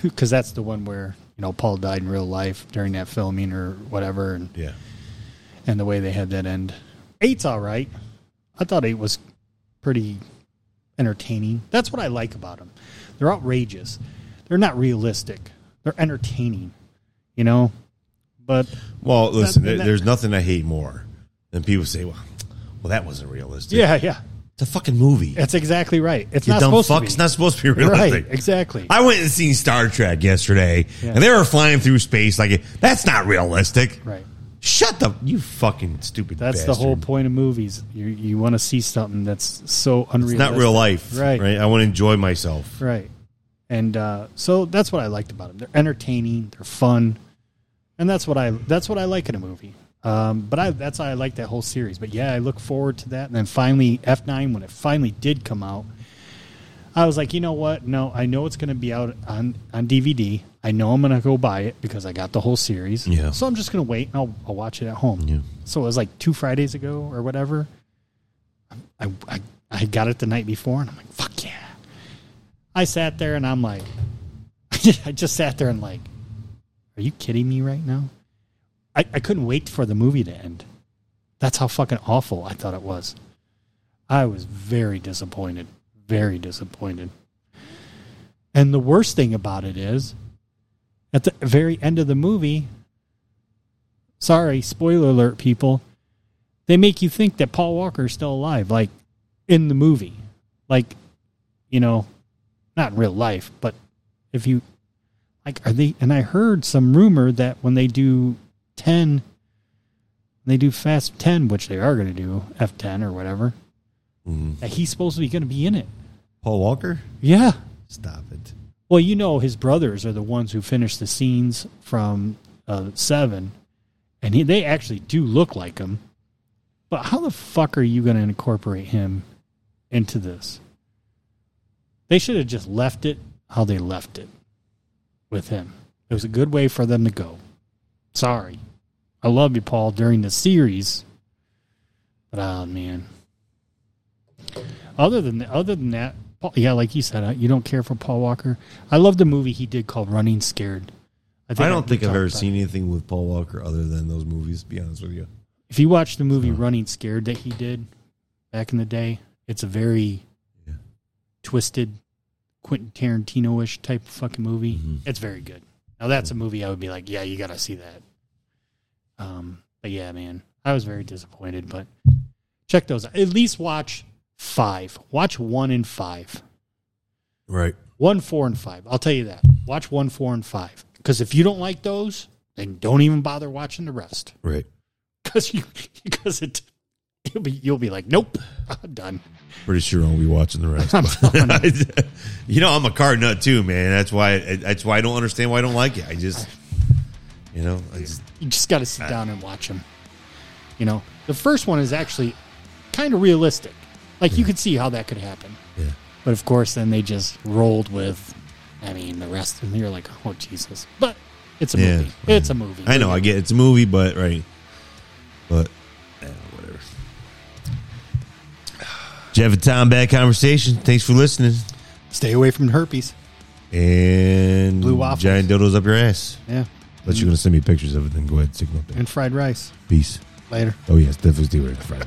Speaker 2: because that's the one where you know Paul died in real life during that filming or whatever, and
Speaker 1: Yeah.
Speaker 2: and the way they had that end. Eight's all right. I thought eight was pretty entertaining. That's what I like about them. They're outrageous. They're not realistic. They're entertaining. You know, but
Speaker 1: Well, listen, there-
Speaker 2: that-
Speaker 1: there's nothing I hate more than people say, well, well that wasn't realistic.
Speaker 2: yeah, yeah,
Speaker 1: It's a fucking movie.
Speaker 2: that's exactly right. It's
Speaker 1: you
Speaker 2: not
Speaker 1: dumb
Speaker 2: supposed
Speaker 1: fuck.
Speaker 2: to be
Speaker 1: It's not supposed to be
Speaker 2: right.
Speaker 1: realistic.
Speaker 2: Exactly.
Speaker 1: I went and seen Star Trek yesterday,
Speaker 2: Yeah.
Speaker 1: and they were flying through space like that's not realistic.
Speaker 2: right.
Speaker 1: Shut the you fucking stupid.
Speaker 2: That's the
Speaker 1: bastard.
Speaker 2: whole point of movies. You you want to see something that's so unreal.
Speaker 1: It's not real life,
Speaker 2: Right.
Speaker 1: right? I want to enjoy myself.
Speaker 2: Right. And uh, so that's what I liked about them. They're entertaining. They're fun, and that's what I that's what I like in a movie. Um, but I that's why I like that whole series. But yeah, I look forward to that. And then finally, F nine when it finally did come out, I was like, you know what? No, I know it's going to be out on on DVD. I know I'm going to go buy it because I got the whole series.
Speaker 1: Yeah.
Speaker 2: So I'm just going to wait and I'll, I'll watch it at home.
Speaker 1: Yeah.
Speaker 2: So it was like two Fridays ago or whatever. I, I, I got it the night before and I'm like, fuck yeah. I sat there and I'm like, I just sat there and like, are you kidding me right now? I, I couldn't wait for the movie to end. That's how fucking awful I thought it was. I was very disappointed. Very disappointed. And the worst thing about it is, at the very end of the movie, sorry, spoiler alert, people, they make you think that Paul Walker is still alive, like in the movie. Like, you know, not in real life, but if you like are they and I heard some rumor that when they do ten they do fast ten, which they are gonna do, F ten or whatever,
Speaker 1: Mm.
Speaker 2: that he's supposed to be gonna be in it.
Speaker 1: Paul Walker,
Speaker 2: Yeah.
Speaker 1: stop it.
Speaker 2: Well, you know, his brothers are the ones who finished the scenes from uh, Seven, and he, they actually do look like him. But how the fuck are you going to incorporate him into this? They should have just left it how they left it with him. It was a good way for them to go. Sorry. I love you, Paul, during the series. But, oh, man. Other than other than that, Paul, yeah, like you said, uh, you don't care for Paul Walker. I love the movie he did called Running Scared.
Speaker 1: I don't
Speaker 2: we
Speaker 1: think I've
Speaker 2: talked
Speaker 1: ever
Speaker 2: about it.
Speaker 1: seen anything with Paul Walker other than those movies. To be honest with you,
Speaker 2: if you watch the movie Running Scared that he did back in the day, it's a very
Speaker 1: Yeah.
Speaker 2: twisted Quentin Tarantino ish type of fucking movie. It's very good. Now that's a movie I would be like, yeah, you gotta see that. Um, but yeah, man, I was very disappointed. But check those. out. At least watch five. Watch one and five.
Speaker 1: right?
Speaker 2: One, four, and five. I'll tell you that. Watch one, four, and five. Because if you don't like those, then don't even bother watching the rest
Speaker 1: Right.
Speaker 2: because you because it you'll be you'll be like nope I'm done
Speaker 1: Pretty sure I'll be watching the rest. you know, I'm a car nut too, man. That's why. That's why I don't understand why I don't like it. I just, you know, I just,
Speaker 2: you just got to sit down and watch them you know the first one is actually kind of
Speaker 1: Hmm.
Speaker 2: realistic like you could see how that could happen
Speaker 1: yeah.
Speaker 2: but of course then they just rolled with I mean, the rest of them, you're like, oh, Jesus. But it's a
Speaker 1: Yeah.
Speaker 2: movie. It's a movie.
Speaker 1: I know, I get it's a movie, but right, but eh, whatever. Did you have a time bad conversation? Thanks for listening.
Speaker 3: Stay away from herpes.
Speaker 1: And
Speaker 3: Blue waffles.
Speaker 1: giant dodos up your ass.
Speaker 3: Yeah.
Speaker 1: Unless you're going to send me pictures of it, then go ahead and signal up there.
Speaker 3: And fried rice.
Speaker 1: Peace.
Speaker 3: Later.
Speaker 1: Oh yes, definitely do it. Friday.